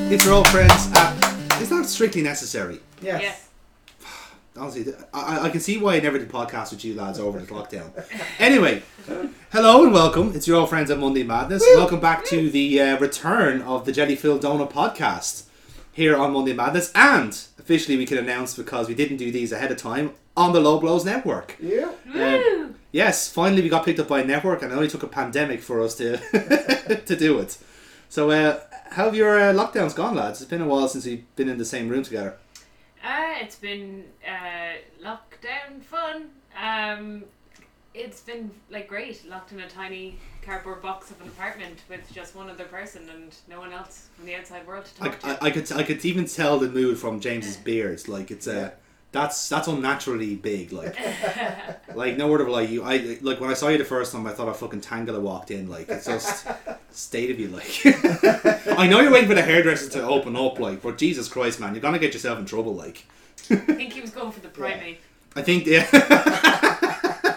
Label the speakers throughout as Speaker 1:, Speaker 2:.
Speaker 1: friends. Uh, it's not strictly necessary.
Speaker 2: Yes.
Speaker 1: Honestly, th- I, I- I can see why I never did podcasts with you lads over the lockdown. Anyway, hello and welcome. It's your old friends at Monday Madness. Welcome back to the uh, return of the Jelly Filled Donut podcast here on Monday Madness. And officially, we can announce because we didn't do these ahead of time on the Low Blows Network.
Speaker 2: Yeah.
Speaker 1: Um, yes, finally we got picked up by a network, and it only took a pandemic for us to to do it. So, uh, how have your uh, lockdowns gone, lads? It's been a while since we've been in the same room together.
Speaker 3: Uh, it's been uh, lockdown fun. Um, it's been like great, locked in a tiny cardboard box of an apartment with just one other person and no one else from the outside world to
Speaker 1: I,
Speaker 3: talk
Speaker 1: I,
Speaker 3: to.
Speaker 1: I could I could even tell the mood from James's beard. Like it's a. Uh, that's that's unnaturally big, like like no word of a lie. You, I like when I saw you the first time, I thought a fucking Tangela walked in. Like it's just state of you, like. I know you're waiting for the hairdresser to open up, like, but Jesus Christ, man, you're gonna get yourself in trouble, like.
Speaker 3: I think he was going for the primate.
Speaker 1: I think yeah.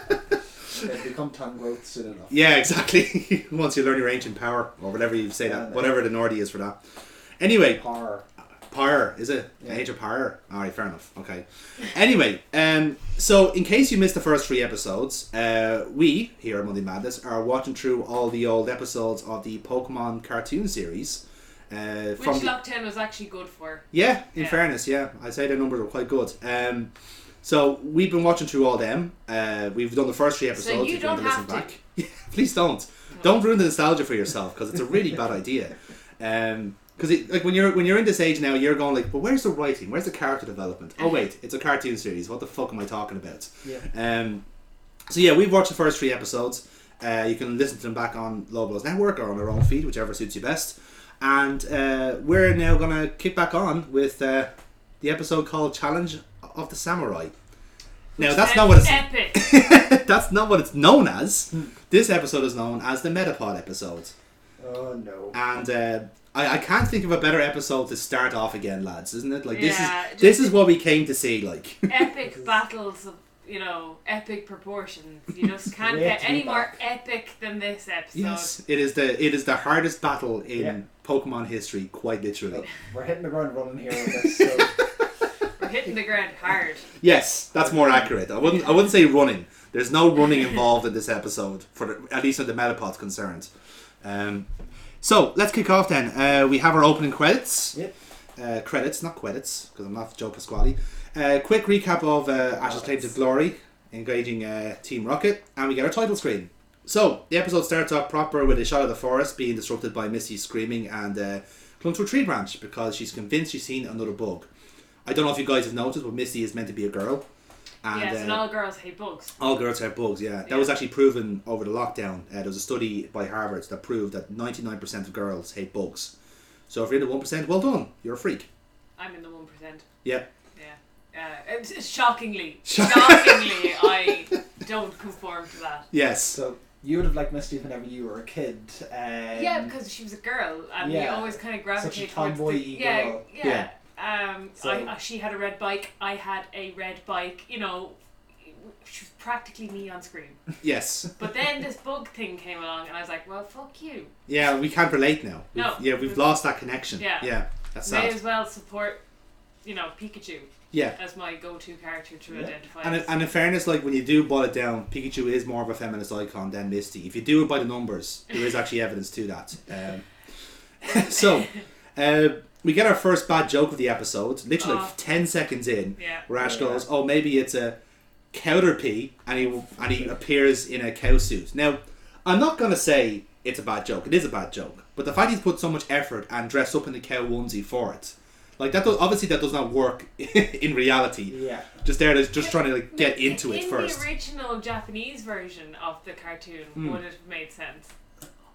Speaker 2: They become tangled soon enough.
Speaker 1: yeah, exactly. Once you learn your ancient power or whatever you say that, whatever the Nordy is for that. Anyway,
Speaker 2: Horror.
Speaker 1: power is it?
Speaker 2: Yeah.
Speaker 1: Age of power. All right, fair enough. Okay. Anyway, um, so in case you missed the first three episodes, uh, we here at Monday Madness are watching through all the old episodes of the Pokemon cartoon series. Uh,
Speaker 3: Which
Speaker 1: from the-
Speaker 3: lockdown was actually good for.
Speaker 1: Yeah, in
Speaker 3: Yeah.
Speaker 1: fairness, yeah, I'd say the numbers are quite good. Um, so we've been watching through all them. Uh, we've done the first three episodes.
Speaker 3: you
Speaker 1: if want
Speaker 3: don't
Speaker 1: to listen
Speaker 3: have to.
Speaker 1: back, yeah, please don't. Don't ruin the nostalgia for yourself because it's a really bad idea. Um, because like when you're when you're in this age now, you're going like, but where's the writing? Where's the character development? Oh wait, it's a cartoon series. What the fuck am I talking about?
Speaker 2: Yeah.
Speaker 1: Um, so yeah, we've watched the first three episodes. Uh, you can listen to them back on Lobos Network or on our own feed, whichever suits you best. And uh, we're now gonna kick back on with uh, the episode called "Challenge of the Samurai." Now that's not what it's
Speaker 3: Epic.
Speaker 1: that's not what it's known as. This episode is known as the Metapod episode,
Speaker 2: Oh no.
Speaker 1: and uh, I, I can't think of a better episode to start off again, lads. Isn't it like
Speaker 3: Yeah,
Speaker 1: this is this
Speaker 3: just-
Speaker 1: is what we came to see? Like
Speaker 3: epic battles of you know epic proportions. You just can't
Speaker 2: Way
Speaker 3: get
Speaker 2: to
Speaker 3: any
Speaker 2: be
Speaker 3: more
Speaker 2: back.
Speaker 3: epic than this episode.
Speaker 1: yes, it is the it is the hardest battle in
Speaker 2: Yeah.
Speaker 1: Pokemon history, quite literally.
Speaker 2: Oh, We're hitting the ground running here with this, so
Speaker 3: We're hitting the ground hard.
Speaker 1: Yes, that's more accurate. I wouldn't. I wouldn't say running. There's no running involved in this episode, for the, at least with the Metapod's concerned. Um, so let's kick off then. Uh, we have our opening credits.
Speaker 2: Yep.
Speaker 1: Uh, credits, not credits, because I'm not Joe Pasquale. Uh, quick recap of uh, Ash's claim to glory, engaging uh, Team Rocket, and we get our title screen. So the episode starts off proper with a shot of the forest being disrupted by Misty screaming and uh, clung to a tree branch because she's convinced she's seen another bug. I don't know if you guys have noticed, but Misty is meant to be a girl. And,
Speaker 3: yes, and
Speaker 1: uh,
Speaker 3: all girls hate bugs.
Speaker 1: all girls have bugs, yeah. That
Speaker 3: Yeah.
Speaker 1: was actually proven over the lockdown. Uh, there was a study by Harvard that proved that 99% of girls hate bugs. So if you're in the 1%, well done. You're a freak.
Speaker 3: I'm in the one percent.
Speaker 1: Yeah.
Speaker 3: Yeah. Uh, it's- shockingly,
Speaker 1: Shock-
Speaker 3: shockingly, I don't conform to that.
Speaker 1: Yes.
Speaker 2: so you would have liked Misty whenever you were a kid. Um,
Speaker 3: yeah, because she was a girl, and we
Speaker 2: yeah.
Speaker 3: always kind of gravitate
Speaker 2: Such a
Speaker 3: towards the-
Speaker 2: tomboy
Speaker 3: yeah,
Speaker 2: girl.
Speaker 3: yeah. Um,
Speaker 2: So-
Speaker 3: I, uh, she had a red bike. I had a red bike. You know, she was practically me on screen.
Speaker 1: Yes.
Speaker 3: But then this bug thing came along, and I was like, "Well, fuck you."
Speaker 1: Yeah, we can't relate now. We've,
Speaker 3: No.
Speaker 1: Yeah, we've lost that connection.
Speaker 3: Yeah.
Speaker 1: Yeah. That's
Speaker 3: May
Speaker 1: sad.
Speaker 3: as well support, you know, Pikachu
Speaker 1: Yeah.
Speaker 3: as my go-to character to
Speaker 2: Yeah.
Speaker 3: identify.
Speaker 1: And,
Speaker 3: as.
Speaker 1: in- and in fairness, like when you do boil it down, Pikachu is more of a feminist icon than Misty. If you do it by the numbers, there is actually evidence to that. Um, so, uh, we get our first bad joke of the episode, literally
Speaker 3: Oh.
Speaker 1: 10 seconds in.
Speaker 3: Yeah.
Speaker 1: Rash
Speaker 2: Yeah.
Speaker 1: goes, "Oh, maybe it's a Caterpie," and he and he appears in a cow suit. Now, I'm not gonna say it's a bad joke. It is a bad joke, but the fact he's put so much effort and dressed up in a cow onesie for it, like that, does, obviously that does not work in reality.
Speaker 2: Yeah.
Speaker 1: Just there, it's just trying to like get
Speaker 3: In-
Speaker 1: into it
Speaker 3: in
Speaker 1: first. Hmm.
Speaker 3: the original Japanese version of the cartoon, would it have made sense?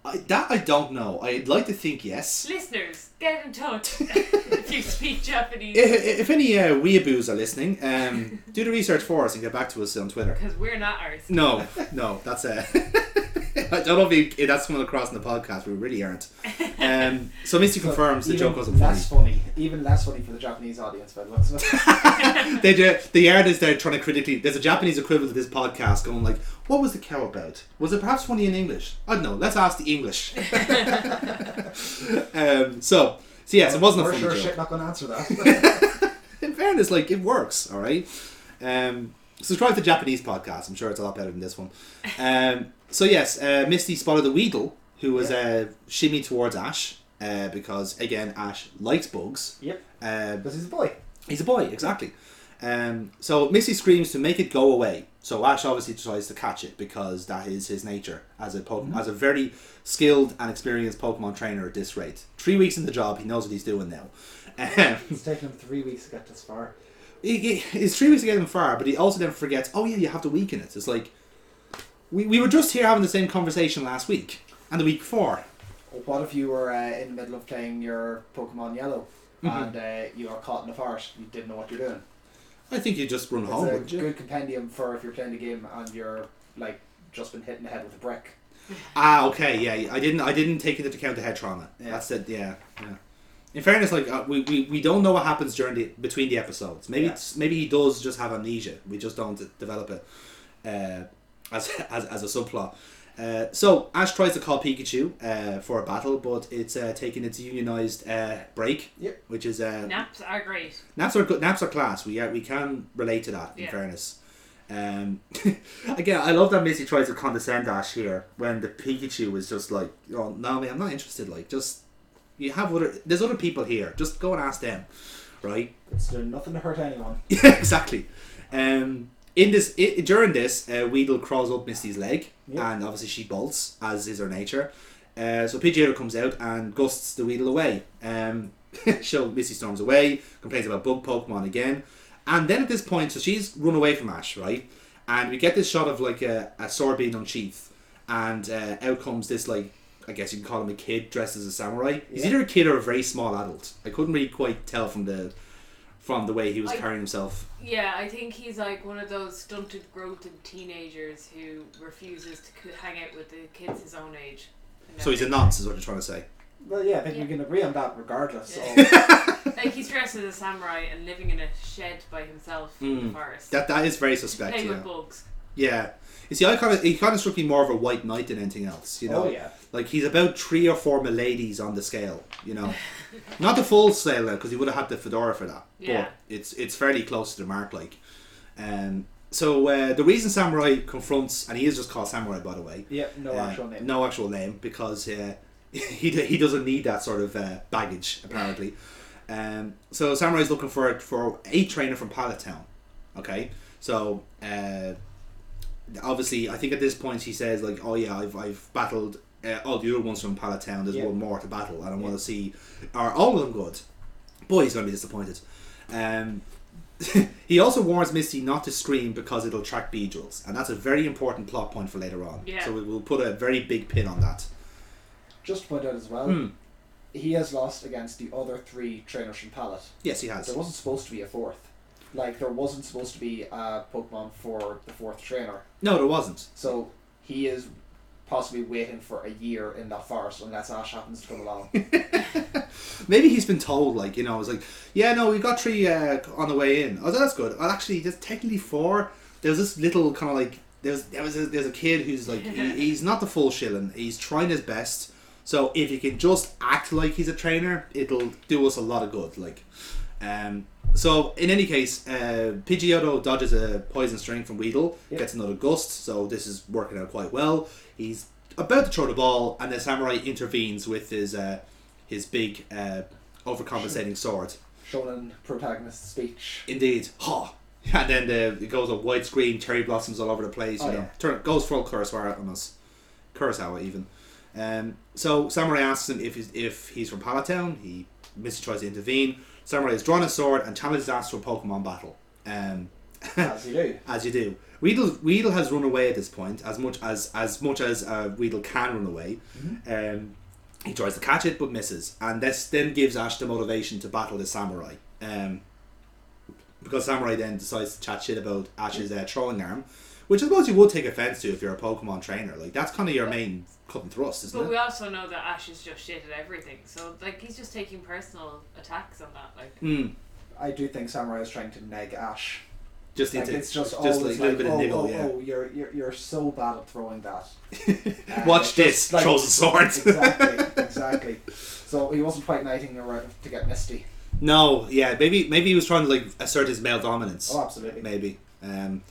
Speaker 1: I, that I don't know. I'd like to think yes.
Speaker 3: Listeners, get in touch if you speak Japanese,
Speaker 1: If, if any uh, weeaboos are listening, um, do the research for us and get back to us on Twitter.
Speaker 3: because we're not ours.
Speaker 1: No, no, that's a. I don't know if, you, if that's coming across in the podcast. We really aren't. Um, so Misty
Speaker 2: So
Speaker 1: confirms the
Speaker 2: even
Speaker 1: joke wasn't funny.
Speaker 2: less funny. Even less funny for the Japanese audience, by the looks of it.
Speaker 1: They do, the yard is there trying to critically. There's a Japanese equivalent of this podcast going like, "What was the cow about? Was it perhaps funny in English? I don't know. Let's ask the English." um, so So yes, it wasn't a
Speaker 2: We're
Speaker 1: funny
Speaker 2: sure
Speaker 1: joke.
Speaker 2: shit not going to answer that.
Speaker 1: in fairness, like it works, all right. Um, subscribe to Japanese podcasts. I'm sure it's a lot better than this one. Um, so yes, uh, Misty spotted the Weedle, who was uh, shimmy towards Ash, uh, because again, Ash likes bugs.
Speaker 2: yep,
Speaker 1: Uh,
Speaker 2: because he's a boy.
Speaker 1: he's a boy, exactly. Um, so Misty screams to make it go away. So Ash obviously tries to catch it because that is his nature as a Pokemon, as a very skilled and experienced Pokemon trainer at this rate. Three weeks in the job, he knows what he's doing now. Um,
Speaker 2: It's taken him three weeks to get this far.
Speaker 1: he, he, it's three weeks to get him far, but he also then forgets, oh yeah, you have to weaken it. It's like, we, we were just here having the same conversation last week and the week before.
Speaker 2: What if you were uh, in the middle of playing your Pokemon Yellow
Speaker 1: Mm-hmm.
Speaker 2: and uh, you are caught in a forest? You didn't know what you're doing.
Speaker 1: I think you just run
Speaker 2: It's
Speaker 1: home,
Speaker 2: a
Speaker 1: wouldn't you?
Speaker 2: good compendium for if you're playing the game and you're like just been hit in the head with a brick.
Speaker 1: Ah, okay, yeah, yeah. I didn't, I didn't take into account the head trauma.
Speaker 2: Yeah.
Speaker 1: That's it. Yeah, yeah. In fairness, like uh, we, we, we don't know what happens during the between the episodes. Maybe
Speaker 2: Yeah.
Speaker 1: it's, maybe he does just have amnesia. We just don't d- develop it uh, as, as as a subplot. Uh, so Ash tries to call Pikachu uh, for a battle, but it's uh, taking its unionized uh, break,
Speaker 2: Yep.
Speaker 1: which is uh,
Speaker 3: Naps are great.
Speaker 1: Naps are good. Naps are class. We uh, we can relate to that. In
Speaker 3: Yeah.
Speaker 1: fairness, um, again, I love that Missy tries to condescend Ash here when the Pikachu is just like, "Oh no, man, I'm not interested. Like, just you have other. There's other people here. Just go and ask them, right?
Speaker 2: It's doing nothing to hurt anyone.
Speaker 1: Yeah, exactly. Um, in this i during this, uh, Weedle crawls up Misty's leg,
Speaker 2: Yeah.
Speaker 1: and obviously she bolts, as is her nature. Uh, so Pidgeotto comes out and gusts the Weedle away. Um, so Misty storms away, complains about bug Pokemon again, and then at this point, so she's run away from Ash, right? And we get this shot of like a, a sword being unsheathed, and uh, out comes this like. I guess you can call him a kid dressed as a samurai. He's
Speaker 2: Yeah.
Speaker 1: either a kid or a very small adult. I couldn't really quite tell from the from the way he was
Speaker 3: I-
Speaker 1: carrying himself.
Speaker 3: Yeah, I think he's like one of those stunted, growth teenagers who refuses to c- hang out with the kids his own age. And
Speaker 1: So he's a nonce, is what you're trying to say.
Speaker 2: Well, yeah, I think
Speaker 3: Yeah.
Speaker 2: we can agree on that regardless. oh,
Speaker 3: Yeah.
Speaker 2: Of,
Speaker 3: like he's dressed as a samurai and living in a shed by himself in
Speaker 1: Mm.
Speaker 3: the forest,
Speaker 1: That that is very suspect.
Speaker 3: playing
Speaker 1: Yeah.
Speaker 3: with bugs.
Speaker 1: yeah. You see, I kind of he kind of struck me more of a white knight than anything else. You know,
Speaker 2: Oh yeah,
Speaker 1: like he's about three or four miladies on the scale. You know, not the full scale because he would have had the fedora for that.
Speaker 3: Yeah.
Speaker 1: But it's it's fairly close to the mark. Like, um, so uh, the reason Samurai confronts and he is just called Samurai by the way.
Speaker 2: yeah, no
Speaker 1: uh,
Speaker 2: actual name.
Speaker 1: No actual name because uh, he he doesn't need that sort of uh, baggage apparently. Um, so Samurai's looking for for a trainer from Pallet Town. Okay, so uh, obviously I think at this point he says like, oh yeah, I've I've battled. Uh, all the other ones from Pallet Town, there's
Speaker 2: Yeah.
Speaker 1: one more to battle, and I want
Speaker 2: Yeah.
Speaker 1: to see are all of them good. Boy, he's going to be disappointed. Um, he also warns Misty not to scream because it'll attract Beedrills, and that's a very important plot point for later on.
Speaker 3: Yeah.
Speaker 1: So we will put a very big pin on that.
Speaker 2: Just to point out as well,
Speaker 1: Hmm.
Speaker 2: he has lost against the other three trainers from Pallet.
Speaker 1: Yes, he
Speaker 2: There
Speaker 1: has.
Speaker 2: wasn't supposed to be a fourth. Like there wasn't supposed to be a Pokemon for the fourth trainer.
Speaker 1: No, there wasn't.
Speaker 2: So he is possibly waiting for a year in that forest unless Ash happens to come along.
Speaker 1: Maybe he's been told, like you know, it's like, yeah, no, we got three uh, on the way in. Oh, that's good. Well, actually, there's technically four. There's this little kind of like there's there was a, there's a kid who's like he, he's not the full shilling. He's trying his best. So if he can just act like he's a trainer, it'll do us a lot of good. Like, um. So in any case, uh, Pidgeotto dodges a poison string from Weedle,
Speaker 2: Yep.
Speaker 1: gets another gust. So this is working out quite well. He's about to throw the ball, and the samurai intervenes with his uh, his big uh, overcompensating sword.
Speaker 2: Shonen protagonist speech.
Speaker 1: Indeed. Ha! And then the, it goes on widescreen, cherry blossoms all over the place. You
Speaker 2: Oh,
Speaker 1: know,
Speaker 2: yeah.
Speaker 1: turn goes full Kurosawa on us, Kurosawa even. Um, so Samurai asks him if he's, if he's from Palatown. He Misty tries to intervene. Samurai has drawn a sword and challenges Ash to a Pokemon battle. Um,
Speaker 2: As you do.
Speaker 1: as you do. Weedle Weedle has run away at this point, as much as as much as uh, Weedle can run away.
Speaker 2: Mm-hmm.
Speaker 1: Um, he tries to catch it but misses, and this then gives Ash the motivation to battle the samurai. Um, because samurai then decides to chat shit about Ash's uh, throwing arm, which I suppose you would take offense to if you're a Pokemon trainer. Like that's kind of your main cut and thrust, isn't
Speaker 3: But
Speaker 1: it?
Speaker 3: we also know that Ash is just shit at everything, so like he's just taking personal attacks on that. Like,
Speaker 1: Hmm.
Speaker 2: I do think Samurai is trying to nag Ash.
Speaker 1: Just
Speaker 2: Like,
Speaker 1: need to
Speaker 2: it's just,
Speaker 1: just
Speaker 2: always
Speaker 1: like a little
Speaker 2: like,
Speaker 1: bit
Speaker 2: oh,
Speaker 1: of nibble,
Speaker 2: oh,
Speaker 1: yeah.
Speaker 2: oh, you're, you're you're so bad at throwing that. Uh,
Speaker 1: Watch
Speaker 2: just
Speaker 1: this,
Speaker 2: like-
Speaker 1: throws a sword.
Speaker 2: exactly, exactly. So he wasn't quite knighting around to get misty.
Speaker 1: no, yeah, maybe maybe he was trying to like assert his male dominance.
Speaker 2: Oh, absolutely.
Speaker 1: maybe, um,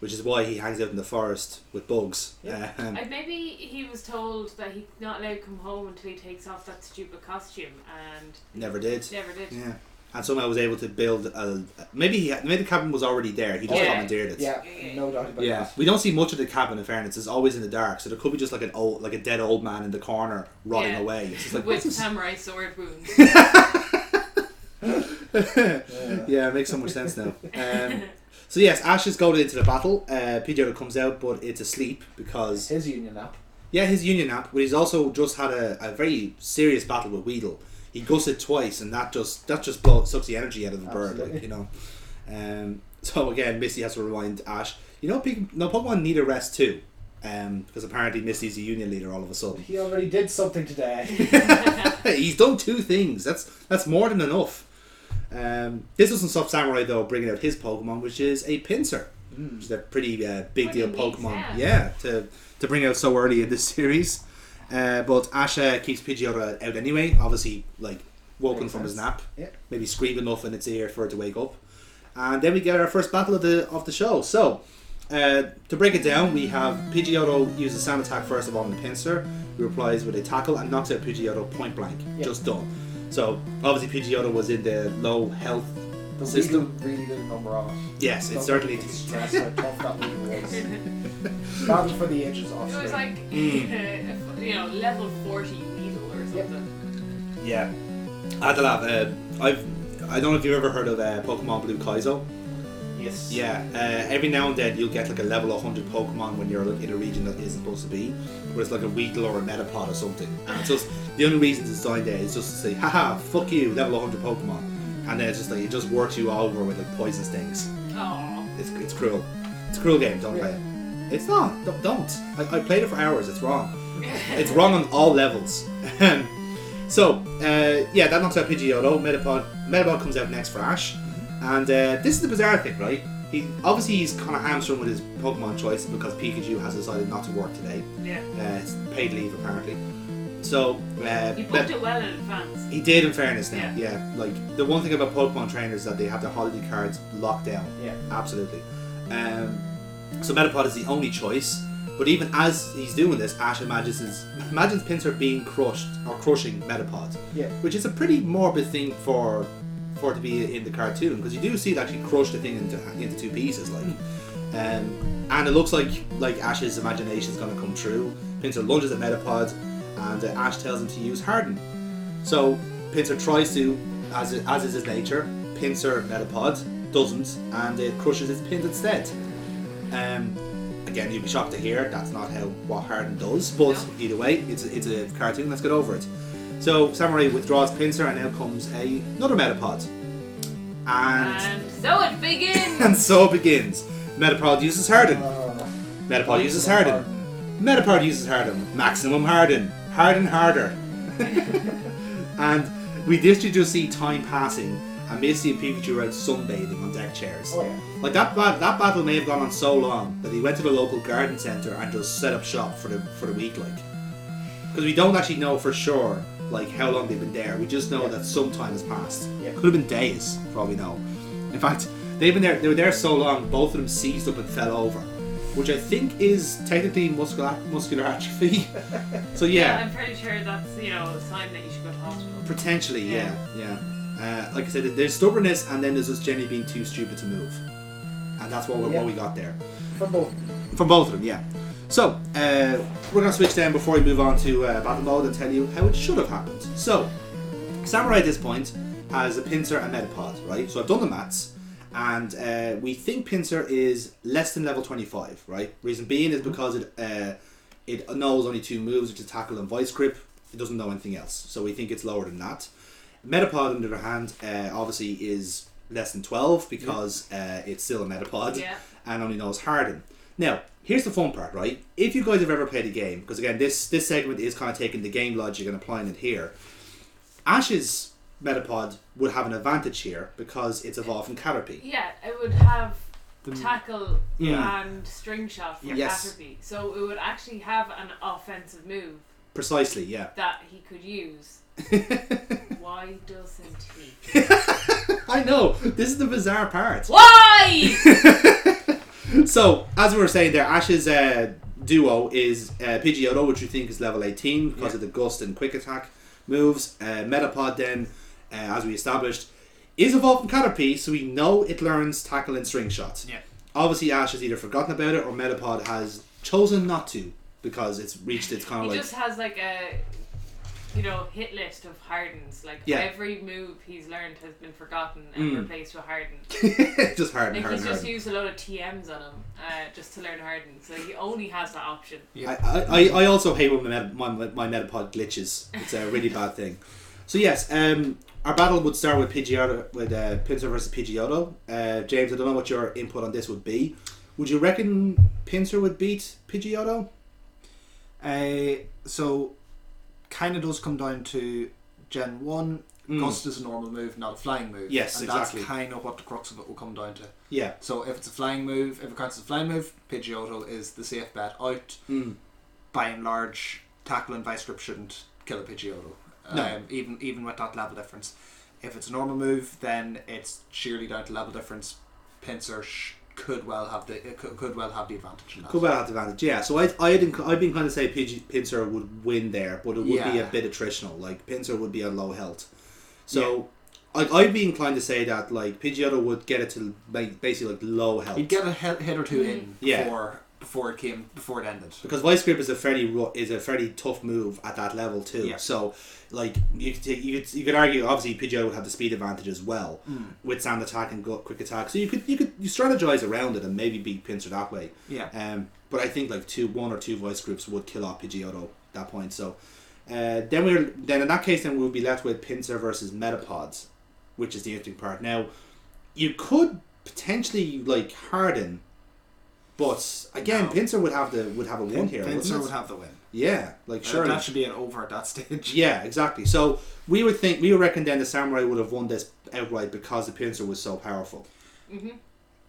Speaker 1: which is why he hangs out in the forest with bugs.
Speaker 2: Yeah.
Speaker 1: Um,
Speaker 3: And Uh, maybe he was told that he's not allowed to come home until he takes off that stupid costume, and
Speaker 1: never did.
Speaker 3: never did.
Speaker 1: Yeah, and somehow was able to build a. Maybe he maybe the cabin was already there. He just
Speaker 3: Yeah.
Speaker 1: commandeered it.
Speaker 2: Yeah, no doubt about
Speaker 1: Yeah,
Speaker 2: that.
Speaker 1: we don't see much of the cabin. In fairness, it's always in the dark, so there could be just like an old, like a dead old man in the corner rotting
Speaker 3: Yeah.
Speaker 1: away. It's just like
Speaker 3: With
Speaker 1: what's this?
Speaker 3: samurai sword wounds.
Speaker 2: Yeah.
Speaker 1: yeah, it makes so much sense now. Um, so yes, Ash is goaded into the battle. Uh, Pidgeotto comes out, but it's asleep because
Speaker 2: His union app.
Speaker 1: yeah, his Union app, but he's also just had a, a very serious battle with Weedle. He gusted twice, and that just that just blows, sucks the energy out of the bird, like,
Speaker 2: Absolutely.
Speaker 1: you know. Um, so again, Misty has to remind Ash, you know, Pik- no Pokemon need a rest too, um, because apparently Misty's a Union leader all of a sudden.
Speaker 2: He already did something today.
Speaker 1: he's done two things. That's that's more than enough. Um, this doesn't stop Samurai though bringing out his Pokemon, which is a Pinsir, which is a pretty uh, big
Speaker 3: Pretty
Speaker 1: deal
Speaker 3: neat,
Speaker 1: Pokemon.
Speaker 3: yeah.
Speaker 1: yeah, to to bring out so early in this series. Uh, but Asha keeps Pidgeotto out anyway. Obviously, like woken
Speaker 2: Makes
Speaker 1: from his
Speaker 2: sense.
Speaker 1: nap,
Speaker 2: Yeah.
Speaker 1: maybe scream enough in its ear for it to wake up. And then we get our first battle of the of the show. So, uh, to break it down, we have Pidgeotto uses sound attack first of all on the pincer, who replies with a tackle and knocks out Pidgeotto point blank.
Speaker 2: Yeah.
Speaker 1: Just done. So, obviously, Pidgeotto was in the low health
Speaker 2: The
Speaker 1: system.
Speaker 2: Weedle really did number on it.
Speaker 1: Yes, it
Speaker 2: Don't
Speaker 1: certainly
Speaker 2: think it's
Speaker 1: did.
Speaker 2: stress how tough that Weedle was. Battle for the ages off.
Speaker 3: It was like,
Speaker 1: Hmm.
Speaker 3: you know, level 40 needle or
Speaker 2: Yep.
Speaker 3: something.
Speaker 1: Yeah. Adelav, uh, I've. I don't know if you've ever heard of uh, Pokemon Blue Kaizo.
Speaker 2: yes.
Speaker 1: Yeah, uh, every now and then you'll get like a level 100 Pokemon when you're like, in a region that isn't supposed to be, where it's like a Weedle or a Metapod or something. And it's just the only reason it's designed there is just to say, haha, fuck you, level 100 Pokemon. And then it's just like, it just works you over with like poison stings.
Speaker 3: Oh,
Speaker 1: It's, it's cruel. It's a cruel game, don't play it. It's not, don't. don't. I, I played it for hours, it's wrong. It's wrong on all levels. so, uh, yeah, that knocks out Pidgeotto. Metapod, Metapod comes out next for Ash.
Speaker 3: Mm-hmm.
Speaker 1: And uh, this is the bizarre thing, right? He Obviously, he's kind of hamstrung with his Pokemon choices because Pikachu has decided not to work today.
Speaker 3: yeah.
Speaker 1: Uh, it's paid leave, apparently. So, uh,
Speaker 3: You
Speaker 1: Met-
Speaker 3: booked it well in advance.
Speaker 1: he did, in fairness, now.
Speaker 3: Yeah.
Speaker 1: Yeah. like the one thing about Pokemon trainers is that they have their holiday cards locked down.
Speaker 2: Yeah.
Speaker 1: Absolutely. Um, so Metapod is the only choice. But even as he's doing this, Ash imagines his, imagines Pinsir being crushed or crushing Metapod,
Speaker 2: Yeah.
Speaker 1: which is a pretty morbid thing for for it to be in the cartoon because you do see it actually crush the thing into into two pieces, like. Um, and it looks like like Ash's imagination is going to come true. Pinsir lunges at Metapod, and uh, Ash tells him to use Harden. So Pinsir tries to, as it, as is his nature, Pinsir Metapod doesn't, and it crushes its pins instead. Um, again, you'd be shocked to hear that's not how what Harden does, but
Speaker 3: No.
Speaker 1: either way, it's a, it's a cartoon. Let's get over it. So Samurai withdraws Pinsir, and now comes a, another Metapod, and
Speaker 3: And so it begins!
Speaker 1: and so it begins. Metapod uses Harden.
Speaker 2: Uh,
Speaker 1: Metapod uses Harden. Metapod uses Harden. Maximum Harden. Harden harder. and we literally just see time passing, and Misty and Pikachu are out sunbathing on deck chairs.
Speaker 2: Oh, yeah.
Speaker 1: Like that, bat- that battle may have gone on so long that he went to the local garden centre and just set up shop for the for the week, like. Because we don't actually know for sure like how long they've been there. We just know
Speaker 2: Yeah.
Speaker 1: that some time has passed.
Speaker 2: Yeah.
Speaker 1: Could have been days, for all we know. In fact, they've been there. They were there so long. Both of them seized up and fell over, which I think is technically muscular muscular atrophy. so yeah,
Speaker 3: I'm pretty sure that's, you know, a sign that you should go to hospital.
Speaker 1: Potentially, yeah, yeah. Uh, like I said, there's stubbornness, and then there's just generally being too stupid to move, and that's what, we
Speaker 2: Yeah.
Speaker 1: what we got there
Speaker 2: From both.
Speaker 1: from both of them. Yeah. So uh, we're gonna switch then before we move on to uh, battle mode and tell you how it should have happened. So samurai at this point has a pincer and metapod, right? So I've done the maths, and uh, we think pincer is less than level twenty-five, right? Reason being is because it uh, it knows only two moves, which is tackle and vice grip. It doesn't know anything else, so we think it's lower than that. Metapod, on the other hand, uh, obviously is less than twelve because uh, it's still a metapod
Speaker 3: Yeah.
Speaker 1: and only knows Harden. Now, here's the fun part, right? If you guys have ever played a game, because again, this this segment is kind of taking the game logic and applying it here. Ash's Metapod would have an advantage here because it's evolved from Caterpie.
Speaker 3: Yeah, it would have
Speaker 4: The,
Speaker 3: tackle
Speaker 1: Yeah.
Speaker 3: and string shot from
Speaker 1: Yes.
Speaker 3: Batterby. So it would actually have an offensive move
Speaker 1: Precisely, yeah.
Speaker 3: that he could use. Why doesn't he?
Speaker 1: I know. This is the bizarre part.
Speaker 3: Why?
Speaker 1: So, as we were saying there, Ash's uh, duo is uh, Pidgeotto, which we think is level 18 because of the gust and quick attack moves. Uh, Metapod, then, uh, as we established, is evolved from Caterpie, so we know it learns tackle and string shots.
Speaker 4: yeah.
Speaker 1: Obviously, Ash has either forgotten about it or Metapod has chosen not to because it's reached its kind
Speaker 3: he
Speaker 1: of like.
Speaker 3: just has like a you know hit list of hardens. Like
Speaker 1: Yeah.
Speaker 3: every move he's learned has been forgotten and
Speaker 1: Mm.
Speaker 3: replaced with harden.
Speaker 1: just hard and
Speaker 3: Like
Speaker 1: hard
Speaker 3: he's
Speaker 1: and
Speaker 3: just
Speaker 1: hard.
Speaker 3: used a lot of TMs on him uh, just to learn harden. So he only has that option.
Speaker 1: I, I, I- I also hate when my, meta, my, my Metapod glitches. It's a really bad thing. So yes, um, our battle would start with Pidgeotto with uh, Pinsir versus Pidgeotto. Uh, James, I don't know what your input on this would be. Would you reckon Pinsir would beat Pidgeotto?
Speaker 2: Uh, so, kind of does come down to Gen 1.
Speaker 1: Mm.
Speaker 2: Gust is a normal move, not a flying move.
Speaker 1: Yes,
Speaker 2: and
Speaker 1: exactly.
Speaker 2: that's kind of what the crux of it will come down to.
Speaker 1: Yeah.
Speaker 2: So, if it's a flying move, if it counts as a flying move, Pidgeotto is the safe bet out.
Speaker 1: Mm.
Speaker 2: By and large, tackle and vice grip shouldn't kill a Pidgeotto.
Speaker 1: No.
Speaker 2: Um, even, even with that level difference. If it's a normal move, then it's sheerly down to level difference. Pincer sh- could well have the uh, could, could well have the advantage in that.
Speaker 1: Could well have the advantage. Yeah. So I I'd, inc- I'd been kind of say Pidge- Pinsir would win there, but it would be a
Speaker 2: Yeah.
Speaker 1: bit attritional. Like Pinsir would be on low health. So. Like I'd be inclined to say that like Pidgeotto would get it to like, basically like low health.
Speaker 2: He'd get a hit, hit or two
Speaker 3: Mm.
Speaker 2: in
Speaker 1: Yeah.
Speaker 2: before before it came before it ended.
Speaker 1: because vice grip is a fairly ru- is a fairly tough move at that level too.
Speaker 2: Yeah.
Speaker 1: So like you could, take- you could you could argue obviously Pidgeot would have the speed advantage as well
Speaker 2: Hmm.
Speaker 1: with sound attack and gut quick attack. So you could you could you strategize around it and maybe beat Pincer that way.
Speaker 2: Yeah.
Speaker 1: Um, but I think like two one or two vice groups would kill off Pidgeotto at that point. So uh, then we're then in that case then we'll be left with Pincer versus Metapods, which is the interesting part. Now you could potentially like harden. But again,
Speaker 2: No.
Speaker 1: Pincer would have the would have a win here. wouldn't
Speaker 2: Pincer
Speaker 1: it?
Speaker 2: would have the win.
Speaker 1: Yeah, like
Speaker 2: Sure,
Speaker 1: surely.
Speaker 2: that should be an over at that stage.
Speaker 1: yeah, exactly. So we would think we would reckon then the samurai would have won this outright because the pincer was so powerful.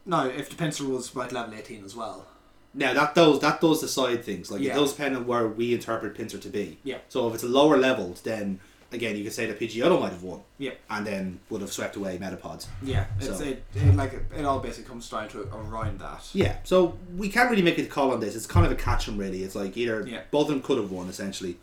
Speaker 2: No, if the pincer was about level eighteen as well.
Speaker 1: Now that does that does decide things. Like
Speaker 2: Yeah.
Speaker 1: it does depend on where we interpret pincer to be.
Speaker 2: Yeah.
Speaker 1: So if it's a lower level, then again you could say that Pidgeotto might have won.
Speaker 2: Yeah.
Speaker 1: And then would have swept away Metapods.
Speaker 2: Yeah, it's
Speaker 1: So-
Speaker 2: it, it like it, it all basically comes down to around that.
Speaker 1: Yeah. So we can't really make a call on this. It's kind of a catch 'em really. It's like either
Speaker 2: Yeah.
Speaker 1: both of them could have won essentially.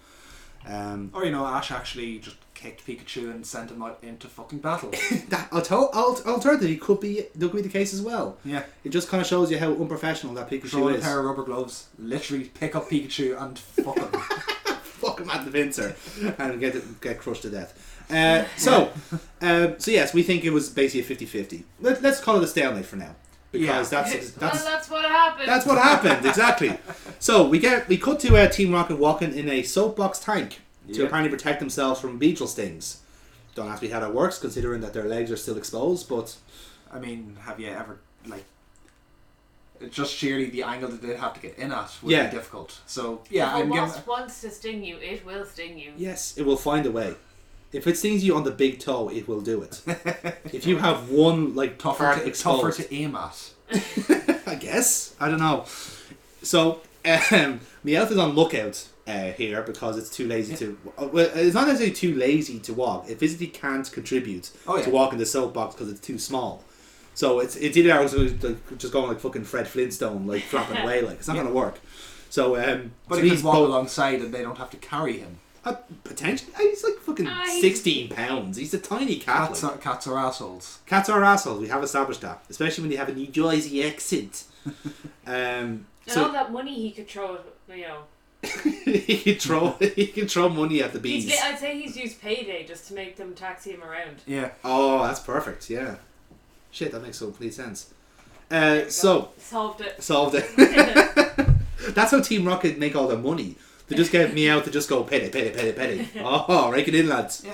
Speaker 1: Um,
Speaker 2: Or you know, Ash actually just kicked Pikachu and sent him out into fucking battle.
Speaker 1: that alter- alter- alternatively could be that could be the case as well.
Speaker 2: yeah.
Speaker 1: It just kind of shows you how unprofessional that
Speaker 2: Throw
Speaker 1: Pikachu
Speaker 2: in a
Speaker 1: is.
Speaker 2: pair of rubber gloves, literally pick up Pikachu and fuck him.
Speaker 1: Fuck him at the pincer and get get crushed to death. Uh, so, um, so yes, we think it was basically a 50-50. Let, let's call it a stalemate for now because
Speaker 2: Yeah.
Speaker 1: that's
Speaker 3: well,
Speaker 1: that's
Speaker 3: that's what happened.
Speaker 1: that's what happened exactly. So we get we cut to uh, Team Rocket walking in a soapbox tank to
Speaker 2: Yeah.
Speaker 1: apparently protect themselves from beetle stings. Don't ask me how that works, considering that their legs are still exposed. But
Speaker 2: I mean, have you ever like just sheerly the angle that they'd have to get in at would
Speaker 1: Yeah.
Speaker 2: be difficult. So
Speaker 3: If
Speaker 2: yeah,
Speaker 3: a
Speaker 2: I'm giving
Speaker 3: wasp wants to sting you, it will sting you.
Speaker 1: yes, it will find a way. If it stings you on the big toe, it will do it. if you have one like
Speaker 2: tougher
Speaker 1: part
Speaker 2: to, tougher
Speaker 1: exposed,
Speaker 2: to aim at.
Speaker 1: I guess. I don't know. So, um, Meowth is on lookout uh, here because it's too lazy to. uh, Well, it's not necessarily too lazy to walk. It physically can't contribute
Speaker 2: Oh, yeah.
Speaker 1: to walk in the soapbox because it's too small. So it's it's either I was like, just going like fucking Fred Flintstone, like flopping away, like it's not
Speaker 2: Yeah.
Speaker 1: gonna work. So, um,
Speaker 2: But
Speaker 1: so
Speaker 2: he
Speaker 1: he's
Speaker 2: can walk
Speaker 1: bo-
Speaker 2: alongside and they don't have to carry him.
Speaker 1: uh, potentially, uh, he's like fucking
Speaker 3: Ah, he's-
Speaker 1: sixteen pounds. He's a tiny cat.
Speaker 2: Cats
Speaker 1: like.
Speaker 2: are, cats are assholes.
Speaker 1: Cats are assholes. We have established that, especially when they have a New Jersey accent. um,
Speaker 3: And all that money he could throw, at, you know.
Speaker 1: he could throw he could throw money at the
Speaker 3: He's,
Speaker 1: bees.
Speaker 3: li- I'd say he's used payday just to make them taxi him around.
Speaker 2: Yeah.
Speaker 1: Oh, that's perfect. Yeah, shit, that makes complete sense. Uh, so
Speaker 3: Solved it.
Speaker 1: solved it. that's how Team Rocket make all their money. They just get me out to just go petty, petty, petty, petty. Oh, rake it in, lads.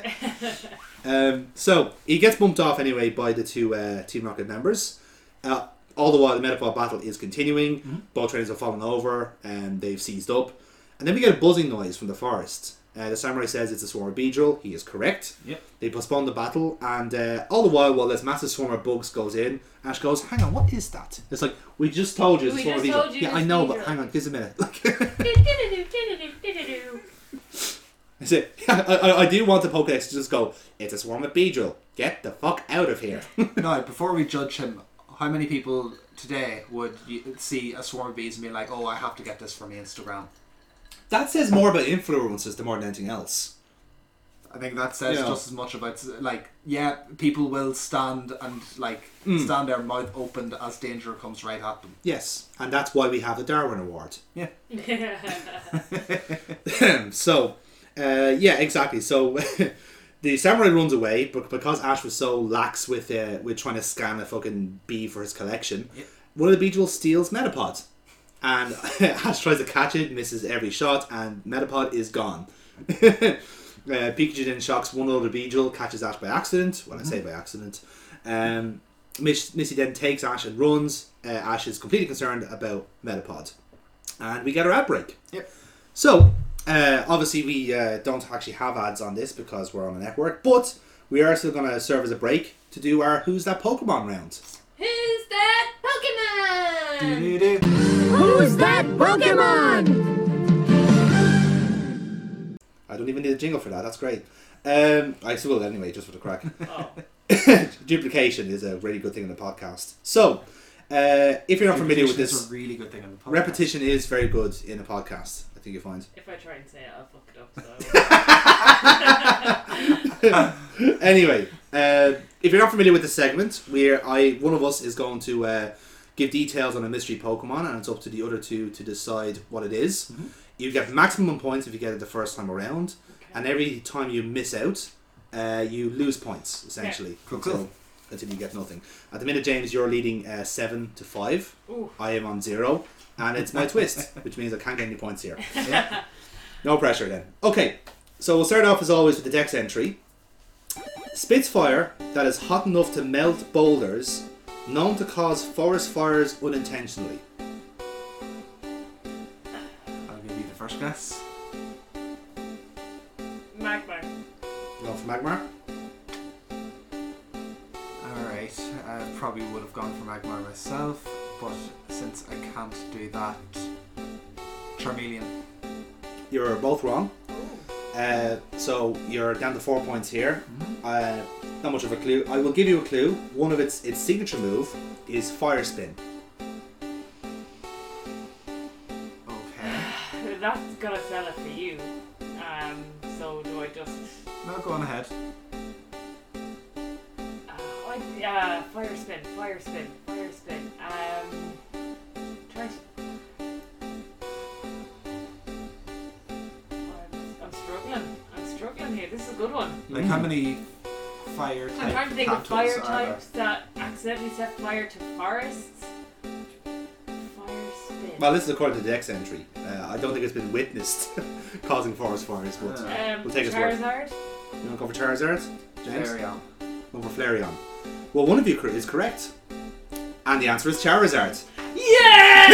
Speaker 1: Um, so he gets bumped off anyway by the two uh, Team Rocket members. Uh, all the while, the Metapod battle is um, continuing. Both trains are falling over, and they've seized up. And then we get a buzzing noise from the forest. Uh, the samurai says it's a swarm of Beedrill. He is correct.
Speaker 4: Yep.
Speaker 1: They postpone the battle, and uh, all the while, while this massive swarm of bugs goes in, Ash goes, "Hang on, what is that?" It's like we just told you, it's a
Speaker 3: We
Speaker 1: swarm of
Speaker 3: just
Speaker 1: Beedrill.
Speaker 3: told you
Speaker 1: Yeah, I
Speaker 3: it's
Speaker 1: know, but
Speaker 3: Beedrill.
Speaker 1: hang on, give us a minute. Like,
Speaker 3: Do-do-do, do-do-do, do-do-do.
Speaker 1: That's it. I, I, I do want the Pokedex to just go, it's a swarm of Beedrill. Get the fuck out of here.
Speaker 2: Now, before we judge him, how many people today would you see a swarm of bees and be like, "Oh, I have to get this for my Instagram"?
Speaker 1: that says more about influences than more than anything else.
Speaker 2: I think that says
Speaker 1: Yeah.
Speaker 2: just as much about like, yeah, people will stand and like
Speaker 1: Hmm.
Speaker 2: stand their mouth opened as danger comes right at them.
Speaker 1: Yes, and that's why we have the Darwin Award.
Speaker 2: Yeah.
Speaker 1: so, uh, yeah, exactly. So, the samurai runs away, but because Ash was so lax with uh, with trying to scan a fucking bee for his collection,
Speaker 2: Yeah.
Speaker 1: one of the Beedrill steals Metapod, and Ash tries to catch it, misses every shot, and Metapod is gone. uh, Pikachu then shocks one other Beedrill, catches Ash by accident. Well, I say by accident. Um, Miss, Missy then takes Ash and runs. Uh, Ash is completely concerned about Metapod, and we get our outbreak.
Speaker 2: Yep.
Speaker 1: So, uh, obviously, we uh, don't actually have ads on this because we're on a network, but we are still going to serve as a break to do our Who's That Pokemon round.
Speaker 3: Who's that Pokemon?
Speaker 5: Who's that Pokemon?
Speaker 1: I don't even need a jingle for that, that's great. Um, I still will anyway, just for the crack.
Speaker 3: Oh.
Speaker 1: Duplication is a really good thing in the podcast. So, uh, if you're not familiar with
Speaker 2: Repetition is
Speaker 1: this,
Speaker 2: a really good thing in the podcast.
Speaker 1: repetition is very good in a podcast, I think you find.
Speaker 3: If I try and say it, I'll fuck it up.
Speaker 1: anyway, uh, if you're not familiar with the segment, where I one of us is going to uh, give details on a mystery Pokemon, and it's up to the other two to decide what it is. You get maximum points if you get it the first time around, and every time you miss out, uh, you lose points essentially
Speaker 2: Cool,
Speaker 1: until,
Speaker 2: cool.
Speaker 1: until you get nothing. At the minute, James, you're leading uh, seven to five.
Speaker 3: Ooh.
Speaker 1: I am on zero, and it's my twist, which means I can't get any points here.
Speaker 2: Yeah.
Speaker 1: No pressure then. Okay, so we'll start off as always with the dex entry. Spitfire that is hot enough to melt boulders, known to cause forest fires unintentionally.
Speaker 2: I'll give you the first guess.
Speaker 3: Magmar.
Speaker 1: Go for Magmar.
Speaker 2: All right, I probably would have gone for Magmar myself, but since I can't do that, Charmeleon.
Speaker 1: You're both wrong. Uh, so you're down to four points here.
Speaker 3: Mm-hmm.
Speaker 1: Uh, not much of a clue. I will give you a clue. One of its its signature move is fire spin.
Speaker 2: Okay.
Speaker 3: That's gonna sell it for you. Um, so do I just.
Speaker 2: Now go on ahead.
Speaker 3: Uh, I, yeah, fire spin, fire spin, fire spin. Um, try to. I'm- I'm struggling. I'm struggling here. This is a good one.
Speaker 2: Like how many fire type
Speaker 3: I'm trying to think of fire
Speaker 2: plantons are there?
Speaker 3: types that accidentally set fire to forests. Fire spin.
Speaker 1: Well, this is according to the dex entry. Uh, I don't think it's been witnessed causing forest fires, but
Speaker 2: Uh.
Speaker 3: um,
Speaker 1: we'll take his word.
Speaker 3: Charizard.
Speaker 1: you want to go for Charizard, James?
Speaker 2: Ariel.
Speaker 1: over Flareon? Well, one of you cor- is correct. And the answer is Charizard.
Speaker 3: Yes!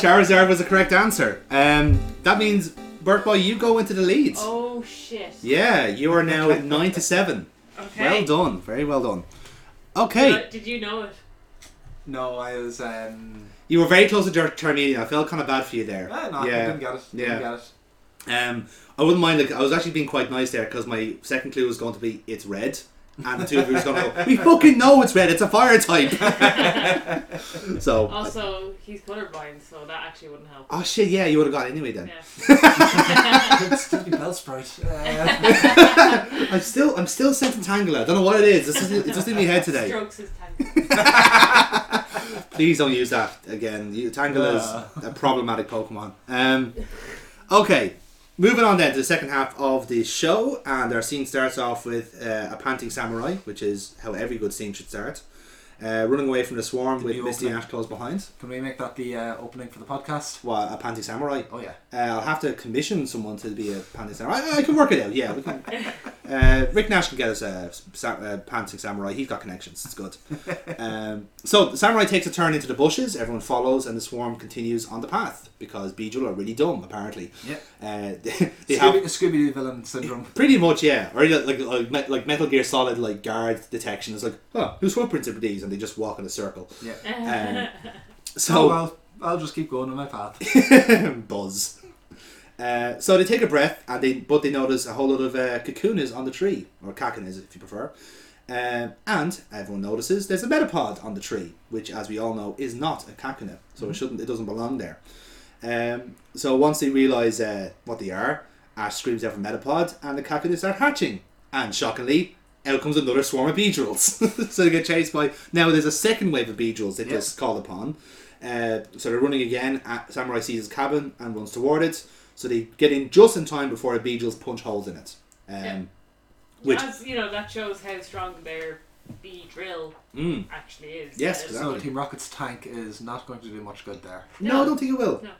Speaker 1: Charizard was the correct answer. Um, that means, Bert Boy, you go into the lead.
Speaker 3: oh shit.
Speaker 1: Yeah, you are now at 9 to 7.
Speaker 3: Okay.
Speaker 1: Well done. Very well done.
Speaker 3: Did,
Speaker 1: Okay.
Speaker 3: did you know it?
Speaker 2: No, I was. Um,
Speaker 1: You were very close to Char- Charmeleon. I felt kind of bad for you there.
Speaker 2: eh, no, I
Speaker 1: yeah.
Speaker 2: didn't get it. Didn't
Speaker 1: Yeah.
Speaker 2: get it.
Speaker 1: Um, I wouldn't mind. Like, I was actually being quite nice there because my second clue was going to be it's red, and the two of you was going to go. We fucking know it's red. It's a fire type. so,
Speaker 3: Also, he's colorblind, so that actually wouldn't help.
Speaker 1: oh shit, yeah, you would have got it anyway then.
Speaker 3: Yeah.
Speaker 2: it's Tony Bellsprout. Uh,
Speaker 1: I'm still I'm still sent to Tangela. I don't know what it is. This is it's just in my head today.
Speaker 3: Strokes his tank.
Speaker 1: Please don't use that again. You, Tangela is a problematic Pokemon. Um, okay, moving on then to the second half of the show, and our scene starts off with uh, a panting samurai, which is how every good scene should start. Uh, running away from the swarm with
Speaker 2: new
Speaker 1: Misty and
Speaker 2: opening.
Speaker 1: Ash close behind.
Speaker 2: can we make that the uh, opening for the podcast?
Speaker 1: Well, a panting samurai.
Speaker 2: Oh yeah.
Speaker 1: Uh, I'll have to commission someone to be a panting samurai. I, I can work it out. Yeah, we can. Uh, Rick Nash can get his uh, sa- uh, pantsing samurai. He's got connections. It's good. um, so the samurai takes a turn into the bushes. Everyone follows, and the swarm continues on the path because Beedrill are really dumb, apparently.
Speaker 2: Yeah.
Speaker 1: Uh, they, they
Speaker 2: Scooby,
Speaker 1: have
Speaker 2: Scooby Doo villain syndrome.
Speaker 1: pretty much yeah, or like like, like Me- like Metal Gear Solid like guard detection is like, huh, whose footprints are these? And they just walk in a circle.
Speaker 2: Yeah.
Speaker 1: Um, so
Speaker 2: Oh well, I'll just keep going on my path.
Speaker 1: buzz. Uh, so they take a breath, and they but they notice a whole lot of uh, cocooners on the tree, or caconas if you prefer. Um, and everyone notices there's a metapod on the tree, which, as we all know, is not a cacona, so it shouldn't, it doesn't belong there. Um, so once they realise uh, what they are, Ash screams out for metapod, and the caconas start hatching. And shockingly, out comes another swarm of beedrills. so they get chased by. Now there's a second wave of beedrills they
Speaker 2: Yeah.
Speaker 1: just called upon. Uh, so they're running again. At, Samurai sees his cabin and runs toward it. So they get in just in time before the beedrills punch holes in it. Um,
Speaker 3: Yeah.
Speaker 1: Which
Speaker 3: As you know, that shows how strong their B drill
Speaker 1: Mm.
Speaker 3: actually is.
Speaker 1: Yes,
Speaker 3: Uh,
Speaker 1: exactly.
Speaker 2: So Team Rocket's tank is not going to do much good there.
Speaker 1: no, I don't think it will.
Speaker 3: No.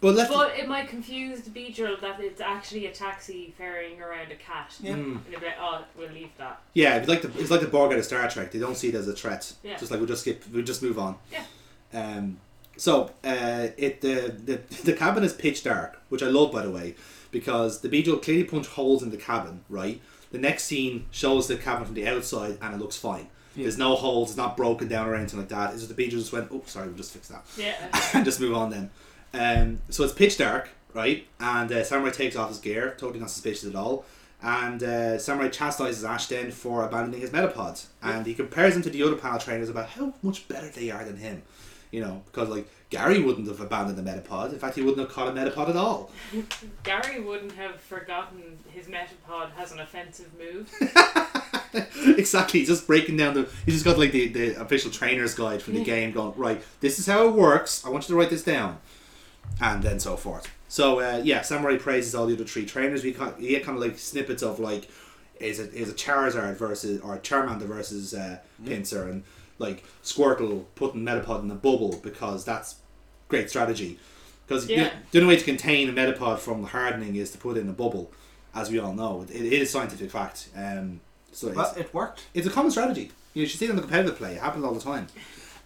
Speaker 1: But let's.
Speaker 3: But it might confuse the B drill that it's actually a taxi ferrying around a cat.
Speaker 2: Yeah.
Speaker 3: And they'll be like, oh, we'll leave that.
Speaker 1: Yeah, it's like the it's like the Borg out of Star Trek. They don't see it as a threat.
Speaker 3: Yeah.
Speaker 1: Just like we'll just skip, we'll just move on.
Speaker 3: Yeah.
Speaker 1: Um. So, uh, it the, the the cabin is pitch dark, which I love by the way, because the Beedrill clearly punch holes in the cabin. Right. The next scene shows the cabin from the outside, and it looks fine.
Speaker 2: Yeah.
Speaker 1: There's no holes. It's not broken down or anything like that. It's just the Beedrill just went. Oh, sorry, we'll just fix that
Speaker 3: Yeah.
Speaker 1: and just move on then. Um, so it's pitch dark, right? And uh, Samurai takes off his gear, totally not suspicious at all. And uh, Samurai chastises Ash then for abandoning his metapod. And he compares him to the other panel trainers about how much better they are than him. You know, because like Gary wouldn't have abandoned the metapod. In fact, he wouldn't have caught a metapod at all.
Speaker 3: Gary wouldn't have forgotten his metapod has an offensive move.
Speaker 1: exactly. He's just breaking down the. He's just got like the, the official trainer's guide from the game going, right, this is how it works. I want you to write this down. And then so forth. So, uh, yeah, Samurai praises all the other three trainers. We kind you get kind of like snippets of like, is it is a Charizard versus, or Charmander versus uh, Pinsir, and like Squirtle putting Metapod in a bubble because that's great strategy. Because
Speaker 3: Yeah.
Speaker 1: the only way to contain a metapod from hardening is to put it in a bubble, as we all know. It, it is scientific fact. Um, so it's,
Speaker 2: But it worked.
Speaker 1: it's a common strategy. You should see it on the competitive play. It happens all the time.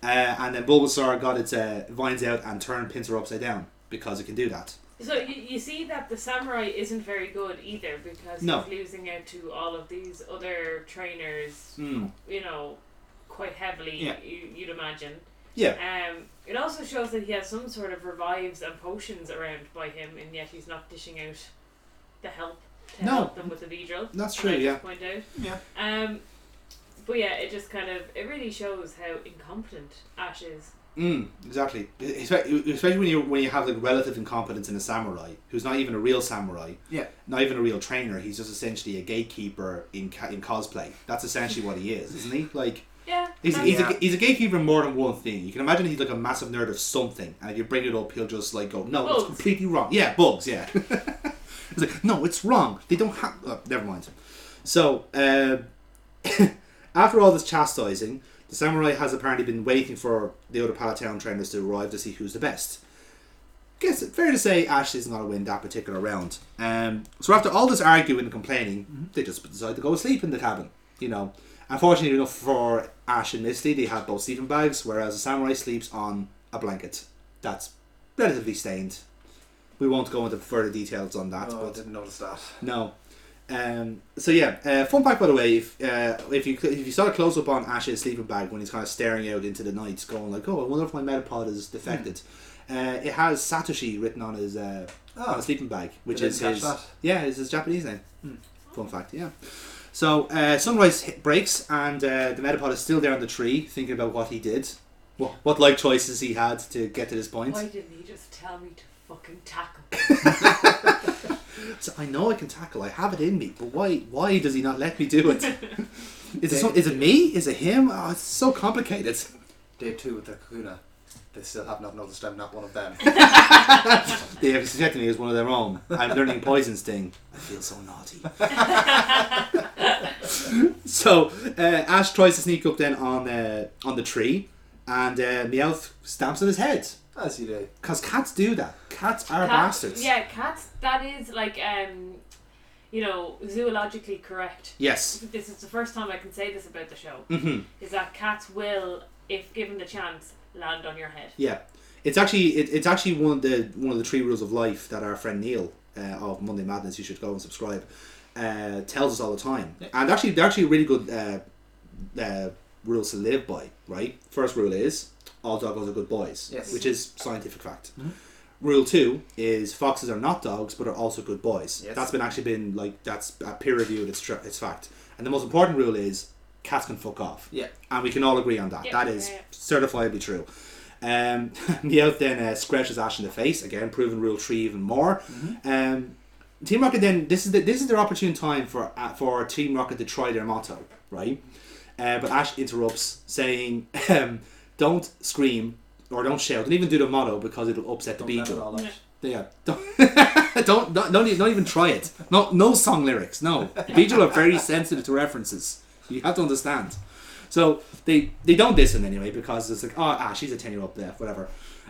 Speaker 1: Uh, and then Bulbasaur got its uh, vines out and turned Pinsir upside down because it can do that.
Speaker 3: So you, you see that the samurai isn't very good either because
Speaker 1: No.
Speaker 3: he's losing out to all of these other trainers, you know, quite heavily,
Speaker 2: Yeah.
Speaker 3: you, you'd imagine.
Speaker 1: Yeah.
Speaker 3: Um, it also shows that he has some sort of revives and potions around by him, and yet he's not dishing out the help to
Speaker 1: No.
Speaker 3: help them with the Beedrill.
Speaker 1: That's
Speaker 3: can I
Speaker 1: true,
Speaker 3: just Point out.
Speaker 2: Yeah.
Speaker 3: Um, but yeah, it just kind of it really shows how incompetent Ash is.
Speaker 1: Mm, exactly. Espe- e-, Especially when you when you have like relative incompetence in a samurai who's not even a real samurai,
Speaker 2: Yeah.
Speaker 1: not even a real trainer. He's just essentially a gatekeeper in ca- in cosplay. That's essentially what he is, isn't he? Like
Speaker 3: Yeah.
Speaker 1: He's,
Speaker 3: that's-
Speaker 1: he's, a,
Speaker 2: Yeah.
Speaker 1: he's a gatekeeper in more than one thing. You can imagine he's like a massive nerd of something, and if you bring it up, he'll just like go, "No,
Speaker 3: Bugs.
Speaker 1: it's completely wrong." Yeah, bugs. Yeah. it's like, no, it's wrong. They don't have. Oh, never mind. So uh, after all this chastising, the samurai has apparently been waiting for the other Palatown trainers to arrive to see who's the best. Guess it's fair to say Ash is not going to win that particular round. Um, so after all this arguing and complaining, they just decide to go sleep in the cabin. You know, unfortunately enough for Ash and Misty, they have both sleeping bags, whereas the samurai sleeps on a blanket that's relatively stained. We won't go into further details on that,
Speaker 2: Oh, I
Speaker 1: but
Speaker 2: didn't notice that.
Speaker 1: no. Um, so yeah, uh, fun fact by the way, if uh, if you if you saw a close up on Ash's sleeping bag when he's kind of staring out into the night, going like, "Oh, I wonder if my metapod is defected," uh, it has Satoshi written on his uh,
Speaker 2: Ah.
Speaker 1: on his sleeping bag, which
Speaker 2: didn't
Speaker 1: is
Speaker 2: catch
Speaker 1: his
Speaker 2: that.
Speaker 1: yeah, is his Japanese name. Fun fact, yeah. So uh, sunrise hit, breaks, and uh, the metapod is still there on the tree, thinking about what he did, what what life choices he had to get to this point.
Speaker 3: Why didn't he just tell me to fucking tackle?
Speaker 1: So I know I can tackle. I have it in me, but why? Why does he not let me do it? is it some, is it me? Is it him? Oh, it's so complicated.
Speaker 2: Day two with the Kakuna. They still have not noticed I'm not one of them.
Speaker 1: They have suspected me as one of their own. I'm learning poison sting. I feel so naughty. so uh, Ash tries to sneak up then on uh, on the tree, and uh, Meowth stamps on his head.
Speaker 2: As you do.
Speaker 1: Cause cats do that. Cats are
Speaker 3: Cats-
Speaker 1: bastards.
Speaker 3: Yeah, cats. That is like um, you know, zoologically correct.
Speaker 1: Yes.
Speaker 3: This is the first time I can say this about the show.
Speaker 1: hmm
Speaker 3: Is that cats will, if given the chance, land on your head.
Speaker 1: Yeah, it's actually it, it's actually one of the one of the three rules of life that our friend Neil uh, of Monday Madness, you should go and subscribe, uh, tells us all the time.
Speaker 2: Yeah.
Speaker 1: And actually, they're actually really good uh, uh, rules to live by. Right, first rule is all dogs are good boys,
Speaker 2: Yes. Mm-hmm.
Speaker 1: which is scientific fact. Rule two is foxes are not dogs, but are also good boys.
Speaker 2: Yes.
Speaker 1: That's been actually been like that's uh, peer reviewed. It's tr- it's fact. And the most important rule is cats can fuck off
Speaker 2: Yeah.
Speaker 1: and we can all agree on that.
Speaker 3: Yeah,
Speaker 1: that is
Speaker 3: yeah, yeah.
Speaker 1: certifiably true. Um, Neo then uh, scratches Ash in the face again, proving Rule Three even more.
Speaker 2: Mm-hmm.
Speaker 1: Um, Team Rocket then this is the, this is their opportune time for uh, for Team Rocket to try their motto, right? Uh, but Ash interrupts, saying, um, "Don't scream or don't shout, don't even do the motto because it'll upset
Speaker 2: Don't
Speaker 1: the
Speaker 2: let it
Speaker 1: beagle."
Speaker 2: all out.
Speaker 1: Yeah,
Speaker 3: Yeah.
Speaker 1: don't, don't don't don't e- don't even try it. No no song lyrics. No, Beagle are very sensitive to references. You have to understand. So they they don't listen anyway because it's like oh ah she's a ten year old there whatever.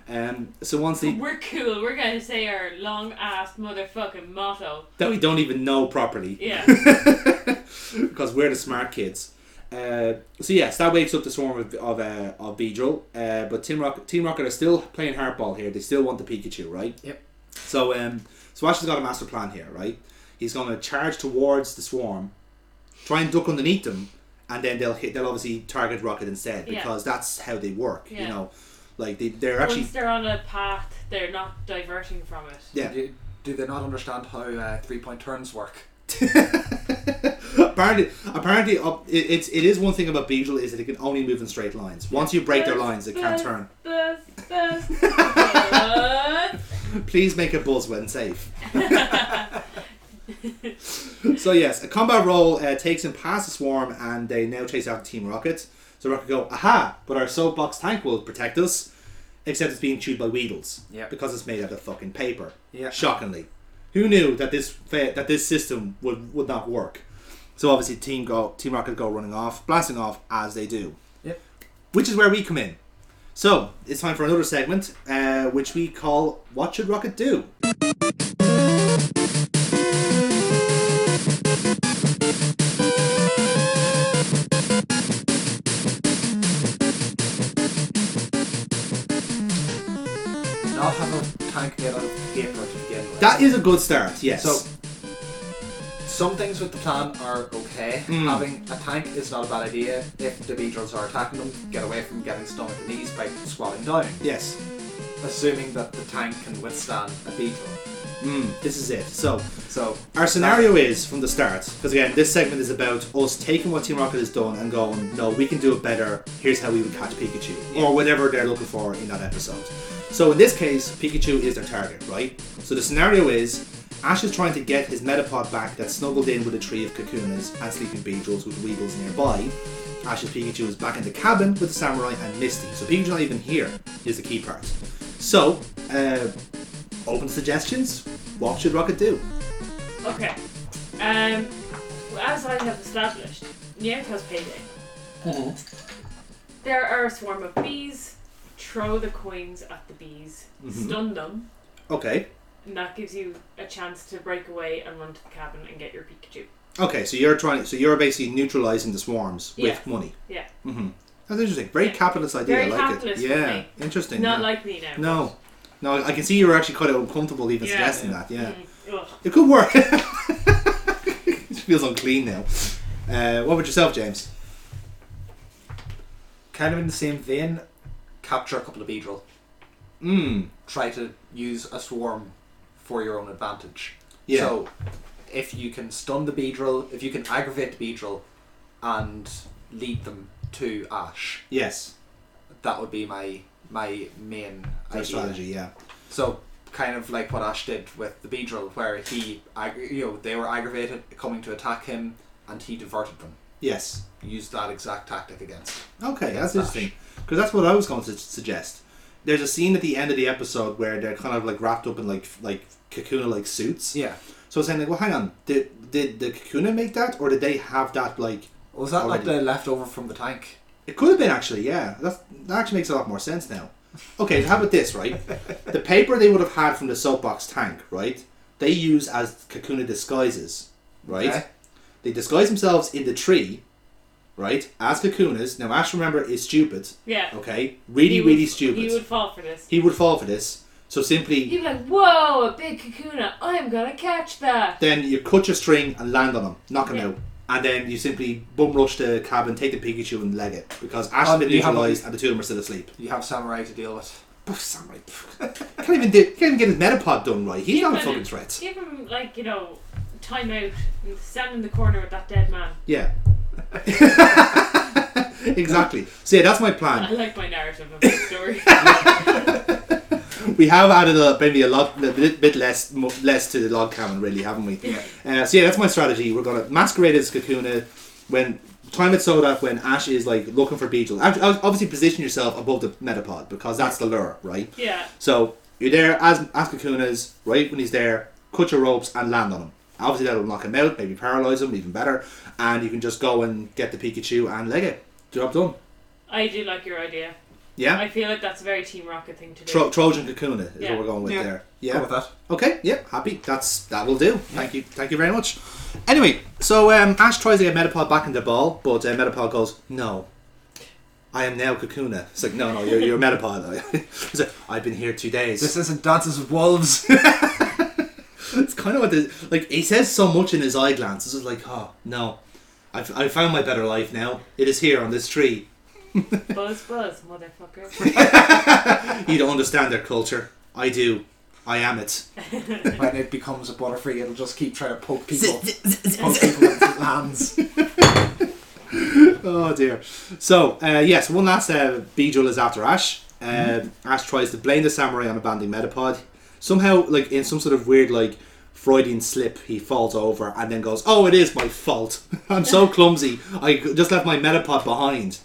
Speaker 1: Um, so once they
Speaker 3: We're cool. We're gonna say our long ass motherfucking motto.
Speaker 1: that we don't even know properly.
Speaker 3: Yeah.
Speaker 1: because we're the smart kids. Uh, so yes, that wakes up the swarm of of, uh, of Beedrill. Uh, but Team Rocket, Team Rocket are still playing hardball here. They still want the Pikachu, right?
Speaker 2: Yep.
Speaker 1: So um, so Ash has got a master plan here, right? He's going to charge towards the swarm, try and duck underneath them, and then they'll hit. They'll obviously target Rocket instead
Speaker 3: Yeah.
Speaker 1: because that's how they work. You
Speaker 3: Yeah.
Speaker 1: know, like they, they're actually
Speaker 3: Once they're on a path, they're not diverting from it.
Speaker 1: yeah.
Speaker 2: Do, do they not understand how uh, three point turns work?
Speaker 1: apparently, apparently, up, it, it's it is one thing about Beedrill is that it can only move in straight lines. Once you break their lines, they can't turn.
Speaker 3: Buzz, buzz, buzz.
Speaker 1: Please make it buzz when safe. so yes, a combat roll uh, takes him past the swarm, and they now chase after Team Rocket. So Rocket go, aha! But our soapbox tank will protect us, except it's being chewed by Weedles.
Speaker 2: Yep.
Speaker 1: Because it's made out of fucking paper.
Speaker 2: Yeah.
Speaker 1: Shockingly, who knew that this fa- that this system would would not work? So obviously, Team Go, Team Rocket go running off, blasting off as they do
Speaker 2: Yep.
Speaker 1: which is where we come in. So it's time for another segment, uh, which we call "What Should Rocket Do."
Speaker 2: Not have a tank made out of paper to begin with.
Speaker 1: That is a good start. Yes.
Speaker 2: So, some things with the plan are okay.
Speaker 1: Mm.
Speaker 2: Having a tank is not a bad idea. If the beetles are attacking them, get away from getting stung at the knees by squatting down,
Speaker 1: yes,
Speaker 2: assuming that the tank can withstand a beetle.
Speaker 1: mm, this is it. So
Speaker 2: So,
Speaker 1: our scenario is from the start, because again, this segment is about us taking what Team Rocket has done and going, "No, we can do it better. Here's how we would catch Pikachu," or whatever they're looking for in that episode. So in this case, Pikachu is their target, right? So the scenario is. Ash is trying to get his Metapod back that's snuggled in with a tree of Kakunas and sleeping Beedrills with Weedles nearby, Ash's Pikachu is back in the cabin with the samurai and Misty, so Pikachu's not even here is the key part. So, uh, open suggestions. What should Rocket do?
Speaker 3: Okay. Um, as I have established, Nyanko's payday.
Speaker 1: Mm-hmm.
Speaker 3: There are a swarm of bees. Throw the coins at the bees.
Speaker 1: Mm-hmm.
Speaker 3: Stun them.
Speaker 1: Okay.
Speaker 3: And that gives you a chance to break away and run to the cabin and get your Pikachu.
Speaker 1: Okay, so you're trying. So you're basically neutralizing the swarms
Speaker 3: Yeah.
Speaker 1: with money.
Speaker 3: Yeah.
Speaker 1: That's interesting. Very
Speaker 3: Yeah.
Speaker 1: capitalist idea.
Speaker 3: Very
Speaker 1: I like
Speaker 3: capitalist,
Speaker 1: it. Yeah.
Speaker 3: right?
Speaker 1: Interesting.
Speaker 3: Not
Speaker 1: yeah.
Speaker 3: like me now.
Speaker 1: No. No, I can see you were actually quite uncomfortable even
Speaker 3: Yeah.
Speaker 1: suggesting that. Yeah.
Speaker 3: Mm, ugh.
Speaker 1: It could work. it feels unclean now. Uh, what about yourself, James?
Speaker 2: kind of in the same vein, capture a couple of beetle.
Speaker 1: Mm.
Speaker 2: Try to use a swarm for your own advantage.
Speaker 1: Yeah.
Speaker 2: So, if you can stun the beetle, if you can aggravate the beetle, and lead them to Ash.
Speaker 1: Yes.
Speaker 2: that would be my my main
Speaker 1: Our
Speaker 2: idea.
Speaker 1: strategy. Yeah.
Speaker 2: So kind of like what Ash did with the Beedrill, where he ag- you know they were aggravated coming to attack him, and he diverted them.
Speaker 1: Yes.
Speaker 2: Used that exact tactic against.
Speaker 1: Okay, that's
Speaker 2: Ash.
Speaker 1: interesting. Because that's what I was going to suggest. There's a scene at the end of the episode where they're kind of like wrapped up in like like kakuna like suits.
Speaker 2: Yeah.
Speaker 1: So I was saying like, well, hang on, did did the kakuna make that, or did they have that like?
Speaker 2: Was that like
Speaker 1: Already.
Speaker 2: the leftover from the tank?
Speaker 1: It could have been actually, yeah. That's, that actually makes a lot more sense now. Okay, so how about this, right? the paper they would have had from the soapbox tank, right? They use as kakuna disguises right?
Speaker 2: Okay.
Speaker 1: They disguise themselves in the tree, right? As Kakunas. Now, Ash, remember, is stupid,
Speaker 3: Yeah.
Speaker 1: okay? Really,
Speaker 3: He would-
Speaker 1: really stupid.
Speaker 3: He would fall for this.
Speaker 1: he would fall for this. So simply,
Speaker 3: He'd be like, whoa, a big kakuna. I'm gonna catch that.
Speaker 1: then you cut your string and land on him, knock him
Speaker 3: Yeah.
Speaker 1: out. And then you simply bum rush the cabin, take the Pikachu and leg it. Because Ash has
Speaker 2: Um,
Speaker 1: been
Speaker 2: you have-
Speaker 1: neutralised and the two of them are still asleep.
Speaker 2: You have samurai to deal with.
Speaker 1: Pff, Samurai. pff. Can't even, do, can't even get his Metapod done right. He's
Speaker 3: Give
Speaker 1: not a
Speaker 3: him
Speaker 1: fucking threat.
Speaker 3: Give him, like, you know, time out and stand in the corner with that dead man.
Speaker 1: Yeah. exactly. So yeah, that's my plan.
Speaker 3: I like my narrative of this story.
Speaker 1: We have added a, maybe a lot, a bit, bit less, mo- less to the log cabin, really, haven't we?
Speaker 2: Yeah.
Speaker 1: Uh, so yeah, that's my strategy. We're gonna masquerade as Kakuna when time it's so that when Ash is like looking for Beedrill. Ab- ob- Obviously, position yourself above the Metapod because that's the lure, right?
Speaker 3: yeah.
Speaker 1: So you're there as as Kakuna's right when he's there. Cut your ropes and land on him. Obviously, that'll knock him out, maybe paralyze him, even better. And you can just go and get the Pikachu and leg it. Job done.
Speaker 3: I do like your idea.
Speaker 1: Yeah.
Speaker 3: I feel like that's a very Team Rocket thing to do.
Speaker 1: Tro- Trojan Kakuna is
Speaker 3: Yeah.
Speaker 1: what we're going with
Speaker 2: Yeah.
Speaker 1: there.
Speaker 2: Go
Speaker 1: Yeah.
Speaker 2: with that.
Speaker 1: Okay. Yep. Happy. That's that will do. Thank you. Thank you very much. Anyway, so um, Ash tries to get Metapod back in the ball, but uh, Metapod goes, "No, I am now Kakuna." It's like, "No, no, you're, you're Metapod." He's like, "I've been here two days."
Speaker 2: This isn't Dances with Wolves.
Speaker 1: it's kind of what the like. He says so much in his eye glance. It's just like, "Oh no, I've I found my better life now. It is here on this tree."
Speaker 3: Buzz, buzz, motherfucker.
Speaker 1: You don't understand their culture. I do. I am it.
Speaker 2: when it becomes a butterfree, it'll just keep trying to poke people, poke people with its hands.
Speaker 1: Oh dear. So uh, yes, one last uh, Beedrill is after Ash. Um, Ash tries to blame the samurai on abandoning Metapod. Somehow, like in some sort of weird like Freudian slip, he falls over and then goes, "Oh, it is my fault. I'm so clumsy. I just left my Metapod behind."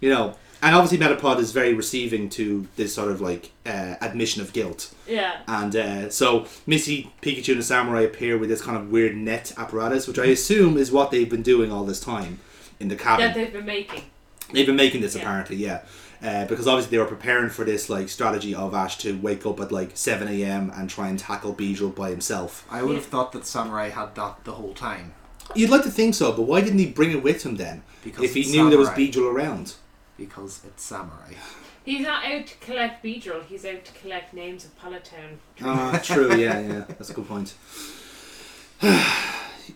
Speaker 1: You know, and obviously Metapod is very receiving to this sort of like uh, admission of guilt.
Speaker 3: yeah.
Speaker 1: And uh, so Missy, Pikachu, and the Samurai appear with this kind of weird net apparatus, which I assume is what they've been doing all this time in the cabin.
Speaker 3: That they've been making.
Speaker 1: They've been making this
Speaker 3: Yeah.
Speaker 1: apparently, yeah. Uh, because obviously they were preparing for this like strategy of Ash to wake up at like seven a.m. and try and tackle Beedrill by himself.
Speaker 2: I would have thought that samurai had that the whole time.
Speaker 1: You'd like to think so, but why didn't he bring it with him then?
Speaker 2: Because
Speaker 1: if he
Speaker 2: it's
Speaker 1: knew there was
Speaker 2: samurai.
Speaker 1: Beedrill around,
Speaker 2: Because it's samurai.
Speaker 3: He's not out to collect Beedrill, he's out to collect names of Palatown.
Speaker 1: ah, true, yeah, yeah, that's a good point.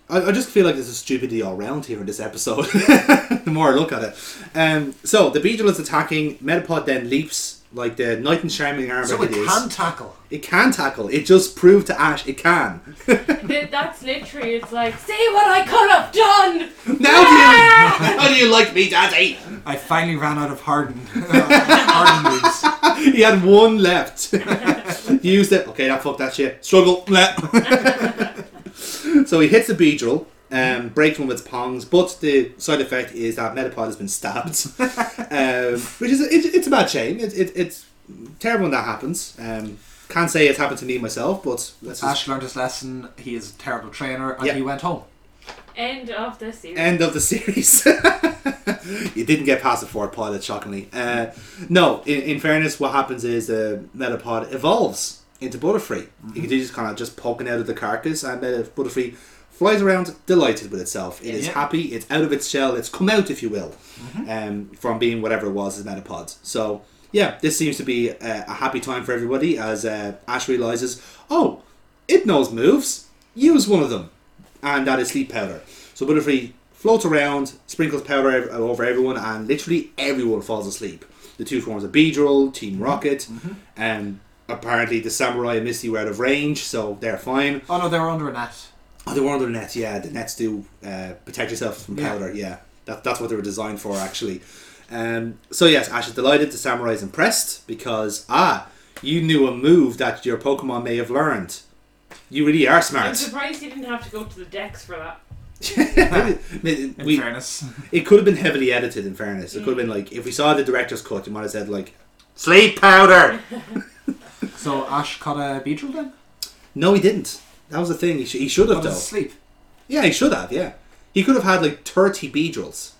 Speaker 1: I, I just feel like there's a stupidity all round here in this episode. the more I look at it, um, so the Beedrill is attacking. Metapod then leaps like the knight in shining armor.
Speaker 2: So it
Speaker 1: it is.
Speaker 2: can tackle.
Speaker 1: It can tackle. It just proved to Ash it can.
Speaker 3: Th- That's literally, it's like, see what I could have done!
Speaker 1: Now do you, how do you like me, Daddy?
Speaker 2: I finally ran out of hardened, hardened moves.
Speaker 1: He had one left. Used it. Okay, that fuck that shit. Struggle. Bleh. so he hits the Beedrill, um, breaks one of its pongs, but the side effect is that Metapod has been stabbed, um, which is it, it's a bad shame. It, it, it's terrible when that happens. Um, can't say it's happened to me myself, but let's just
Speaker 2: Ash learned his lesson. He is a terrible trainer, and
Speaker 1: Yeah.
Speaker 2: he went home.
Speaker 3: End of the series.
Speaker 1: End of the series. you didn't get past the fourth pilot, shockingly. Uh, no, in, in fairness, what happens is uh, Metapod evolves into Butterfree. He
Speaker 2: Mm-hmm.
Speaker 1: continues kind of just poking out of the carcass, and uh, Butterfree flies around delighted with itself. It is
Speaker 2: Yeah.
Speaker 1: happy, it's out of its shell, it's come out, if you will, um, from being whatever it was as Metapod. So, yeah, this seems to be uh, a happy time for everybody as uh, Ash realizes, oh, it knows moves, use one of them and that is sleep powder. So Butterfree floats around, sprinkles powder ev- uh, over everyone, and literally everyone falls asleep. The two forms of Beedrill, Team Rocket, and apparently the Samurai and Misty were out of range, so they're fine.
Speaker 2: Oh no, they were under a net.
Speaker 1: Oh, they were under the net, yeah. The nets do uh, protect yourself from
Speaker 2: Yeah.
Speaker 1: powder, yeah. That, that's what they were designed for, actually. Um, so, yes, Ash is delighted. The Samurai is impressed because, ah, you knew a move that your Pokemon may have learned. You really are
Speaker 3: I'm
Speaker 1: smart.
Speaker 3: surprised you didn't have to go to the decks for that.
Speaker 1: Maybe-
Speaker 2: In
Speaker 1: we-
Speaker 2: fairness,
Speaker 1: It could have been heavily edited. In fairness, it could have been like if we saw the director's cut, you might have said like sleep powder.
Speaker 2: so Ash caught a beetle then.
Speaker 1: no, he didn't. That was the thing. He, sh- he should have
Speaker 2: Got
Speaker 1: though.
Speaker 2: his sleep.
Speaker 1: yeah, he should have. Yeah, he could have had like thirty beedrills.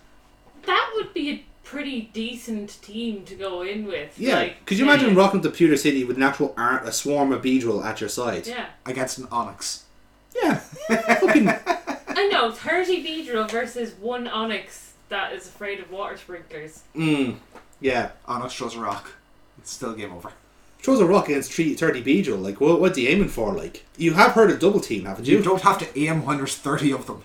Speaker 3: That would be a pretty decent team to go in with.
Speaker 1: Yeah,
Speaker 3: Like,
Speaker 1: could you
Speaker 3: yeah,
Speaker 1: imagine
Speaker 3: yeah.
Speaker 1: rocking the Pewter City with an actual ar- a swarm of beedrill at your side?
Speaker 3: Yeah.
Speaker 2: against an onyx.
Speaker 1: yeah. yeah fucking
Speaker 3: And I know, 30 Beedrill versus one Onyx that is afraid of water sprinklers.
Speaker 1: Mm, yeah.
Speaker 2: Onyx throws a rock. It's still game over.
Speaker 1: Throws a rock against three, 30 Beedrill. Like, what, what are you aiming for? Like, you have heard of double team, haven't
Speaker 2: You
Speaker 1: you?
Speaker 2: don't have to aim when there's 30 of them.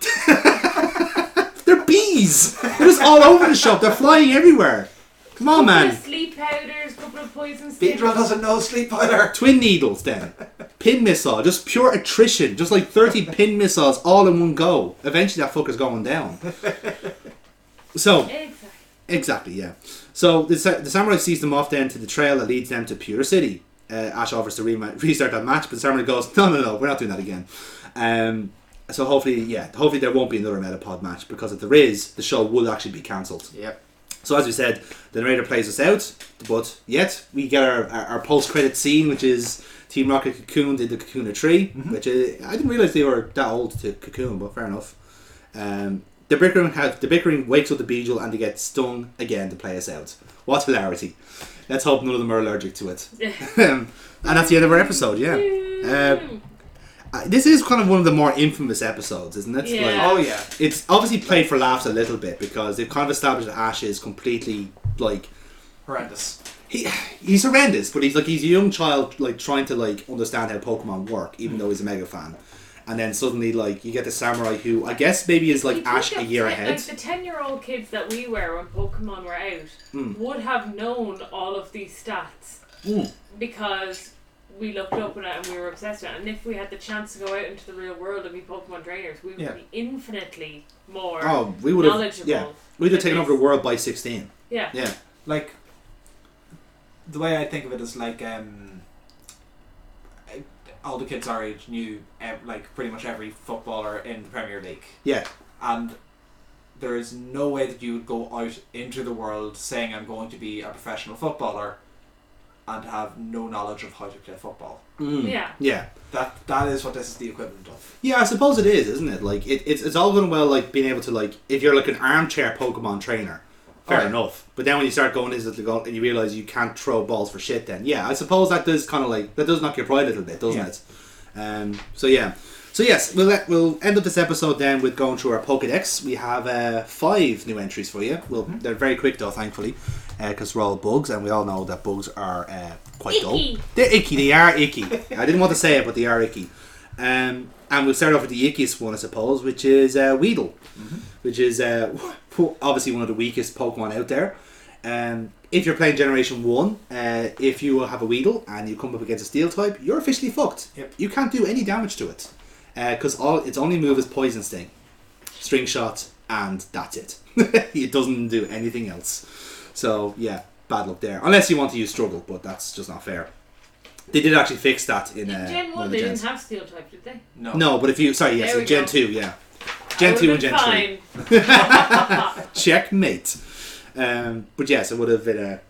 Speaker 1: They're bees! They're just all over the shop. They're flying everywhere. Come on,
Speaker 3: Couple of
Speaker 1: man.
Speaker 3: sleep powders, couple of poison sticks.
Speaker 2: Beedrill doesn't know sleep powder.
Speaker 1: Twin needles, then. Pin missile. Just pure attrition. Just like 30 pin missiles all in one go. Eventually, that fucker's going down. So,
Speaker 3: Exactly.
Speaker 1: Exactly, yeah. So the, sa- the samurai sees them off then to the trail that leads them to Pure City. Uh, Ash offers to re- restart that match, but the samurai goes, "No, no, no, we're not doing that again." Um, so hopefully, yeah, hopefully there won't be another Metapod match because if there is, the show will actually be cancelled.
Speaker 2: Yep.
Speaker 1: So as we said, the narrator plays us out, but yet we get our, our, our post-credit scene, which is Team Rocket cocooned in the Kakuna tree, which is, I didn't realize they were that old to cocoon, but fair enough. Um, the bickering have, the bickering wakes up the Beedrill and they get stung again to play us out. What hilarity! Let's hope none of them are allergic to it. Um, and that's the end of our episode. Yeah, uh, this is kind of one of the more infamous episodes, isn't it?
Speaker 3: Yeah.
Speaker 2: Oh, yeah.
Speaker 1: it's obviously played for laughs a little bit because they've kind of established that Ash is completely like
Speaker 2: Horrendous.
Speaker 1: he he's horrendous, but he's like he's a young child like trying to like understand how Pokemon work, even though he's a mega fan. And then suddenly like you get the samurai who I guess maybe is
Speaker 3: You
Speaker 1: like
Speaker 3: think
Speaker 1: Ash a
Speaker 3: of
Speaker 1: year
Speaker 3: ten-
Speaker 1: ahead.
Speaker 3: Like the ten-year-old kids that we were when Pokemon were out
Speaker 1: Hmm.
Speaker 3: would have known all of these stats
Speaker 1: Mm.
Speaker 3: because we looked up on it and we were obsessed with it. And if we had the chance to go out into the real world and be Pokemon trainers, we would
Speaker 2: Yeah.
Speaker 3: be infinitely more.
Speaker 1: Oh, we would have
Speaker 3: knowledgeable
Speaker 1: yeah. We'd have
Speaker 3: than
Speaker 1: taken over
Speaker 3: this.
Speaker 1: the world by sixteen.
Speaker 3: Yeah.
Speaker 1: Yeah.
Speaker 2: like the way I think of it is like um, I- all the kids our age knew ev- like pretty much every footballer in the Premier League,
Speaker 1: Yeah.
Speaker 2: and there is no way that you would go out into the world saying I'm going to be a professional footballer and have no knowledge of how to play football.
Speaker 1: Mm.
Speaker 3: Yeah.
Speaker 1: Yeah.
Speaker 2: That that is what this is the equivalent of.
Speaker 1: Yeah, I suppose it is, isn't it? Like it, it's it's all going well like being able to like if you're like an armchair Pokemon trainer. Fair
Speaker 2: Alright.
Speaker 1: enough. But then when you start going into the goal and you realise you can't throw balls for shit then. Yeah, I suppose that does kinda like that does knock your pride a little bit, doesn't
Speaker 2: Yeah.
Speaker 1: it? Um so yeah. So yes, we'll let, we'll end up this episode then with going through our Pokedex. We have uh, five new entries for you. Well, they're very quick though, thankfully, because we're all bugs, and we all know that bugs are uh, quite dull.
Speaker 3: Icky.
Speaker 1: They're icky. They are icky. I didn't want to say it, but they are icky. Um, and we'll start off with the ickiest one, I suppose, which is uh, Weedle, which is uh, obviously one of the weakest Pokemon out there. Um, if you're playing Generation One, uh, if you have a Weedle and you come up against a Steel type, you're officially fucked.
Speaker 2: Yep.
Speaker 1: You can't do any damage to it because all its only move is Poison Sting, String Shot, and that's it. it doesn't do anything else. So yeah, bad luck there. Unless you want to use Struggle, but that's just not fair. They did actually fix that in, uh,
Speaker 3: In Gen
Speaker 1: one
Speaker 3: 1,
Speaker 1: of
Speaker 3: they
Speaker 1: the
Speaker 3: didn't
Speaker 1: gens.
Speaker 3: have Steel type, did they?
Speaker 2: No.
Speaker 1: No, but if you sorry, yes,
Speaker 3: There we
Speaker 1: in Gen
Speaker 3: go.
Speaker 1: two, yeah, Gen
Speaker 3: I
Speaker 1: two and
Speaker 3: would've
Speaker 1: Gen
Speaker 3: been
Speaker 1: three,
Speaker 3: fine.
Speaker 1: checkmate. Um, but yes, it would have been a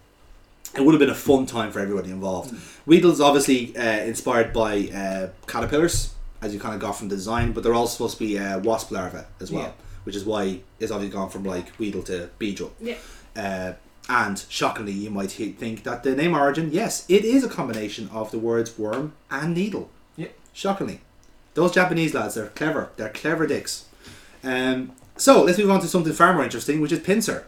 Speaker 1: it would have been a fun time for everybody involved. Weedle's obviously uh, inspired by uh, caterpillars, as you kind of got from the design, but they're all supposed to be uh, wasp larvae as well,
Speaker 2: Yeah.
Speaker 1: which is why it's obviously gone from like Weedle to Beedrill.
Speaker 3: yeah.
Speaker 1: Uh, and shockingly, you might he- think that the name origin, yes, it is a combination of the words worm and needle.
Speaker 2: Yeah.
Speaker 1: Shockingly. Those Japanese lads, they're clever. They're clever dicks. Um, so let's move on to something far more interesting, which is pincer.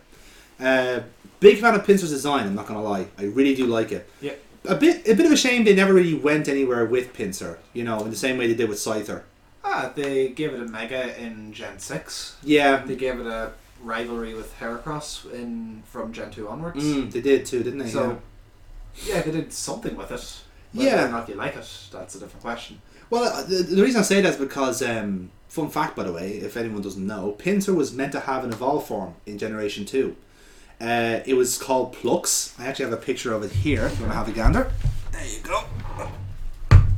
Speaker 1: Uh, big fan of pincer's design, I'm not going to lie. I really do like it.
Speaker 2: Yeah.
Speaker 1: A bit, a bit of a shame they never really went anywhere with pincer, you know, in the same way they did with Scyther.
Speaker 2: Ah, they gave it a mega in Gen six.
Speaker 1: Yeah,
Speaker 2: They gave it a rivalry with Heracross in from Gen two onwards.
Speaker 1: mm, they did too, didn't they? Yeah.
Speaker 2: So, yeah, they did something with it. Whether
Speaker 1: Yeah.
Speaker 2: or not you like it, that's a different question.
Speaker 1: Well, uh, the, the reason I say that is because, um, fun fact by the way, if anyone doesn't know, Pincer was meant to have an evolve form in Generation 2. Uh, it was called Plux. I actually have a picture of it here if you want to have a gander. There you go.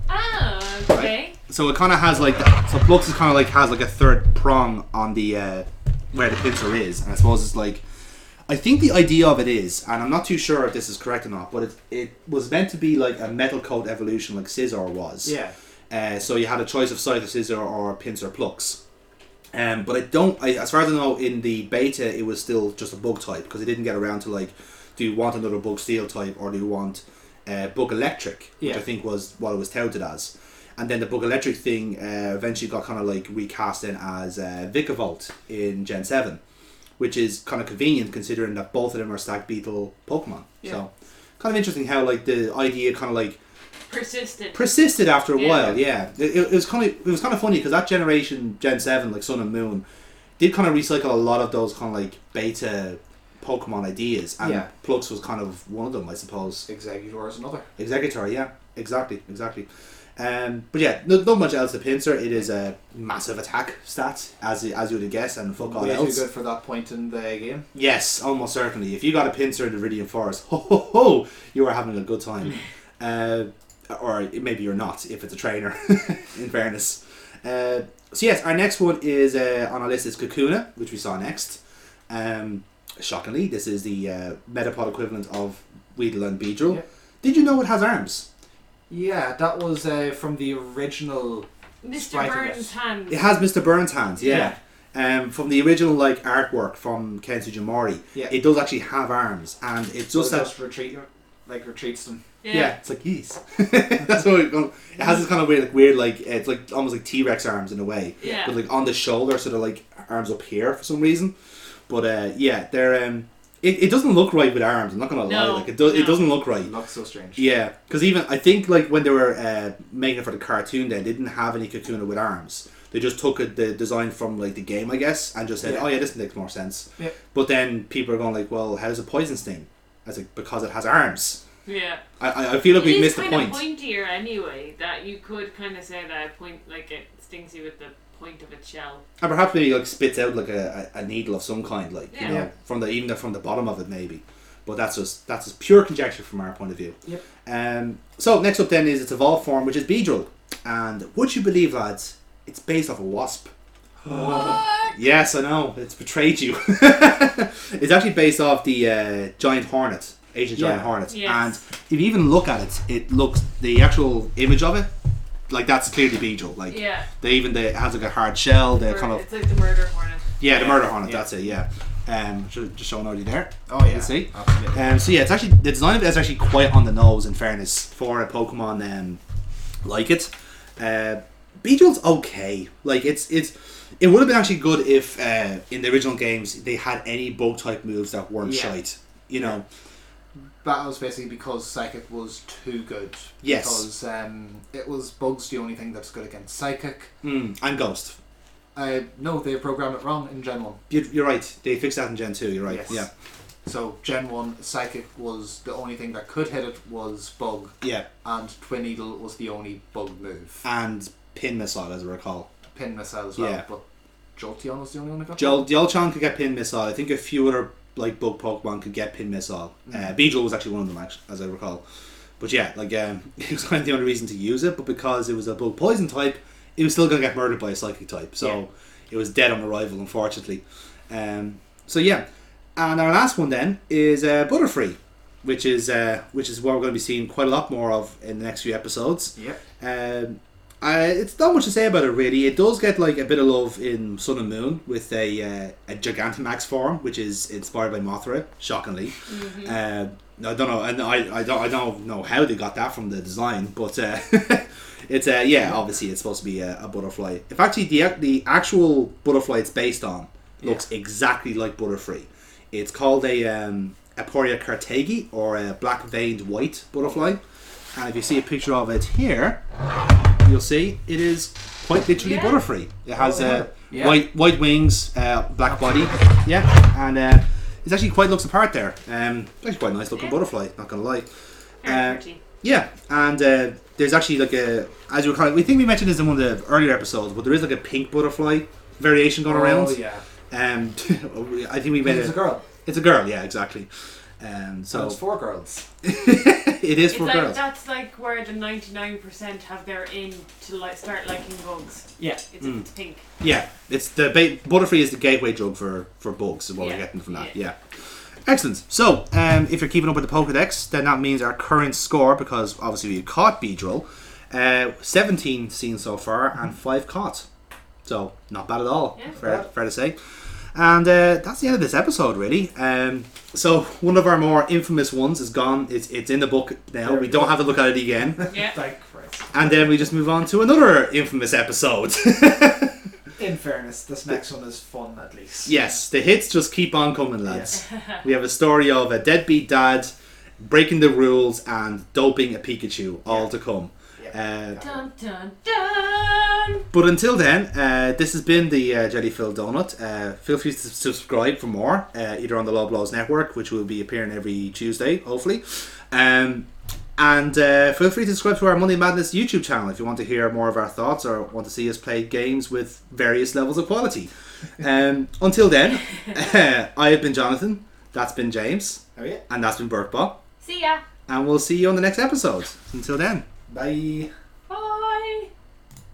Speaker 3: Ah, okay.
Speaker 1: So it kind of has like, the, so Plux is kind of like has like a third prong on the, uh, where the pincer is. And I suppose it's like, I think the idea of it is, and I'm not too sure if this is correct or not, but it, it was meant to be like a metal coat evolution like Scizor was. Uh, so you had a choice of Scyther Scissor or Pincer Plux. Um, but I don't, I, as far as I know, in the beta it was still just a bug type because they didn't get around to like, do you want another bug steel type or do you want uh, bug electric, which
Speaker 2: Yeah.
Speaker 1: I think was what it was touted as. And then the Bug Electric thing uh, eventually got kind of like recast in as uh, Vicavolt in Gen 7, which is kind of convenient considering that both of them are Stag Beetle Pokemon.
Speaker 2: Yeah.
Speaker 1: So kind of interesting how like the idea kind of like
Speaker 3: persistent.
Speaker 1: persisted after a
Speaker 3: Yeah.
Speaker 1: while. Yeah, it, it was kind of it was kind of funny because that generation Gen Seven, like Sun and Moon, did kind of recycle a lot of those kind of like beta Pokemon ideas, and
Speaker 2: Yeah.
Speaker 1: Plux was kind of one of them, I suppose.
Speaker 2: Executor is another.
Speaker 1: Executor, yeah, exactly, exactly. Um, but yeah, no, not much else to pincer. It is a massive attack stat, as you- as you would guess, and fuck all
Speaker 2: Way too
Speaker 1: Oh, else.
Speaker 2: good for that point in the game.
Speaker 1: Yes, almost certainly. If you got a pincer in the Viridian Forest, ho ho ho, you are having a good time. uh, or maybe you're not, if it's a trainer, in fairness. Uh, so, yes, our next one is uh, on our list is Kakuna, which we saw next. Um, shockingly, this is the uh, Metapod equivalent of Weedle and Beedrill.
Speaker 2: Yeah.
Speaker 1: Did you know it has arms?
Speaker 2: Yeah, that was uh, from the original.
Speaker 3: Mr.
Speaker 2: Sprite of it.
Speaker 3: Burns' hand.
Speaker 1: It has Mr. Burns' hands, yeah. Um, from the original like artwork from Ken Sujimori,
Speaker 2: Yeah.
Speaker 1: it does actually have arms, and it does
Speaker 2: Just,
Speaker 1: have
Speaker 2: just retreat, like retreats them.
Speaker 1: Yeah. it's like yes. That's what it, goes- it has this kind of weird, like weird, like it's like almost like T Rex arms in a way,
Speaker 3: Yeah.
Speaker 1: but like on the shoulder, sort of like arms up here for some reason. But uh, yeah, they're um, it, it doesn't look right with arms. I'm not gonna
Speaker 3: No,
Speaker 1: lie, like it does, it
Speaker 3: no.
Speaker 1: doesn't look right.
Speaker 2: It looks so strange.
Speaker 1: Yeah, because even I think like when they were uh, making it for the cartoon, they didn't have any Kakuna with arms. They just took it, the design from like the game, I guess, and just said,
Speaker 2: Yeah.
Speaker 1: "Oh yeah, this makes more sense."
Speaker 2: Yeah.
Speaker 1: But then people are going like, "Well, how does a poison sting?" I was like, "Because it has arms."
Speaker 3: yeah.
Speaker 1: I- I, I feel like
Speaker 3: It
Speaker 1: we
Speaker 3: is
Speaker 1: missed the
Speaker 3: kind
Speaker 1: point.
Speaker 3: of pointier anyway. That you could kind of say that a point, like it stings you with the point of its shell.
Speaker 1: And perhaps maybe like spits out like a, a a needle of some kind, like
Speaker 3: Yeah.
Speaker 1: you know,
Speaker 2: Yeah.
Speaker 1: from the even the- from the bottom of it maybe. But that's just that's just pure conjecture from our point of view.
Speaker 2: Yep.
Speaker 1: Um. So next up then is its evolved form, which is Beedrill, and would you believe, lads, it's based off a wasp.
Speaker 3: What?
Speaker 1: Yes, I know it's betrayed you. it's actually based off the uh, giant hornet, Asian giant
Speaker 2: Yeah.
Speaker 1: hornet,
Speaker 3: Yes.
Speaker 1: and if you even look at it, it looks the actual image of it, like that's clearly Beedrill. Like
Speaker 3: Yeah.
Speaker 1: they even they it has like a hard shell. They
Speaker 3: Mur-
Speaker 1: kind of
Speaker 3: It's like the murder hornet.
Speaker 1: yeah, the
Speaker 2: Yeah,
Speaker 1: murder hornet.
Speaker 2: yeah.
Speaker 1: That's it. Yeah. Um, ju- just showing already there.
Speaker 2: Oh yeah.
Speaker 1: Let's see.
Speaker 2: Absolutely.
Speaker 1: Um, so yeah, it's actually the design of it is actually quite on the nose. In fairness, for a Pokemon um, like it, uh, Beedrill's okay. Like it's it's it would have been actually good if uh, in the original games they had any bug type moves that weren't
Speaker 2: Yeah.
Speaker 1: shite. You know,
Speaker 2: That was basically because Psychic was too good.
Speaker 1: Yes.
Speaker 2: Because um, it was Bugs the only thing that's good against Psychic.
Speaker 1: mm, and Ghost.
Speaker 2: Uh, no, they programmed it wrong in Gen 1.
Speaker 1: You're, you're right. They fixed that in Gen two. You're right.
Speaker 2: Yes.
Speaker 1: Yeah.
Speaker 2: So Gen 1, Psychic was the only thing that could hit it was Bug,
Speaker 1: Yeah.
Speaker 2: and Twineedle was the only Bug move.
Speaker 1: And Pin Missile, as I recall.
Speaker 2: Pin Missile as well,
Speaker 1: Ah. Yeah.
Speaker 2: but Jolteon was the only one that got
Speaker 1: Jol- Yolchan could get pin missile. I think a few other like bug Pokemon could get pin missile. Uh, Beedrill was actually one of them, actually, as I recall. But yeah, like um, it was kind of the only reason to use it, but because it was a bug poison type, it was still gonna get murdered by a psychic type. So
Speaker 2: Yeah.
Speaker 1: it was dead on arrival, unfortunately. Um, so yeah, and our last one then is uh, Butterfree, which is uh, which is what we're gonna be seeing quite a lot more of in the next few episodes.
Speaker 2: Yep.
Speaker 1: Um, I, it's not much to say about it really. It does get like a bit of love in Sun and Moon with a uh, a Gigantamax form, which is inspired by Mothra, shockingly. Uh, I don't know, and I, I don't I don't know how they got that from the design, but uh, it's uh, yeah, obviously it's supposed to be a, a butterfly. If actually the ac- the actual butterfly it's based on looks exactly like Butterfree. It's called a um, Aporia cartegi or a black veined white butterfly, and if you see a picture of it here you'll see it is quite literally
Speaker 3: Yeah.
Speaker 1: butterfree. It has uh,
Speaker 2: Oh, Yeah.
Speaker 1: white white wings, uh, black body, yeah, and uh, it actually quite looks apart there. Um, it's actually quite a nice looking
Speaker 3: Yeah.
Speaker 1: butterfly, not gonna lie.
Speaker 3: Very
Speaker 1: Uh,
Speaker 3: pretty.
Speaker 1: Yeah, and uh, there's actually like a as you recall, we think we mentioned this in one of the earlier episodes, but there is like a pink butterfly variation going around.
Speaker 2: Oh, yeah.
Speaker 1: Um, I think we made
Speaker 2: It's a
Speaker 1: it-
Speaker 2: girl.
Speaker 1: It's a girl, yeah, exactly. Um,
Speaker 2: So
Speaker 1: so
Speaker 2: it's four girls.
Speaker 1: it is
Speaker 3: It's
Speaker 1: for
Speaker 3: like
Speaker 1: girls.
Speaker 3: that's like where the ninety nine percent have their in to like start liking bugs.
Speaker 2: Yeah.
Speaker 3: It's,
Speaker 1: Hmm.
Speaker 3: it's pink.
Speaker 1: Yeah, it's the ba- butterfree is the gateway drug for for bugs. Is what
Speaker 3: Yeah,
Speaker 1: we're getting from that.
Speaker 3: yeah.
Speaker 1: Yeah. Excellent. So, um, if you're keeping up with the Pokedex, then that means our current score, because obviously we caught Beedrill, uh, 17 seen so far and 5 caught. So, not bad at all,
Speaker 3: Yeah.
Speaker 1: fair, fair to say. And uh, that's the end of this episode, really. Um, so, one of our more infamous ones is gone. It's, it's in the book now.
Speaker 2: There
Speaker 1: We
Speaker 2: we
Speaker 1: don't
Speaker 2: go.
Speaker 1: have to look at it again.
Speaker 3: Yeah.
Speaker 2: Thank Christ.
Speaker 1: And then we just move on to another infamous episode.
Speaker 2: In fairness, this next one is fun at least.
Speaker 1: yes, the hits just keep on coming, lads. We have a story of a deadbeat dad breaking the rules and doping a Pikachu, all to come. Uh,
Speaker 2: Yeah.
Speaker 3: Dun dun dun!
Speaker 1: But until then, uh, this has been the uh, Jelly Filled Donut. Uh, feel free to subscribe for more, uh, either on the Low Blows Network, which will be appearing every Tuesday, hopefully. Um, and uh, feel free to subscribe to our Monday Madness YouTube channel if you want to hear more of our thoughts or want to see us play games with various levels of quality. Um, until then, uh, I have been Jonathan, that's been James,
Speaker 2: Oh yeah.
Speaker 1: and that's been Burkbot.
Speaker 3: See ya!
Speaker 1: And we'll see you on the next episode. Until then.
Speaker 2: Bye.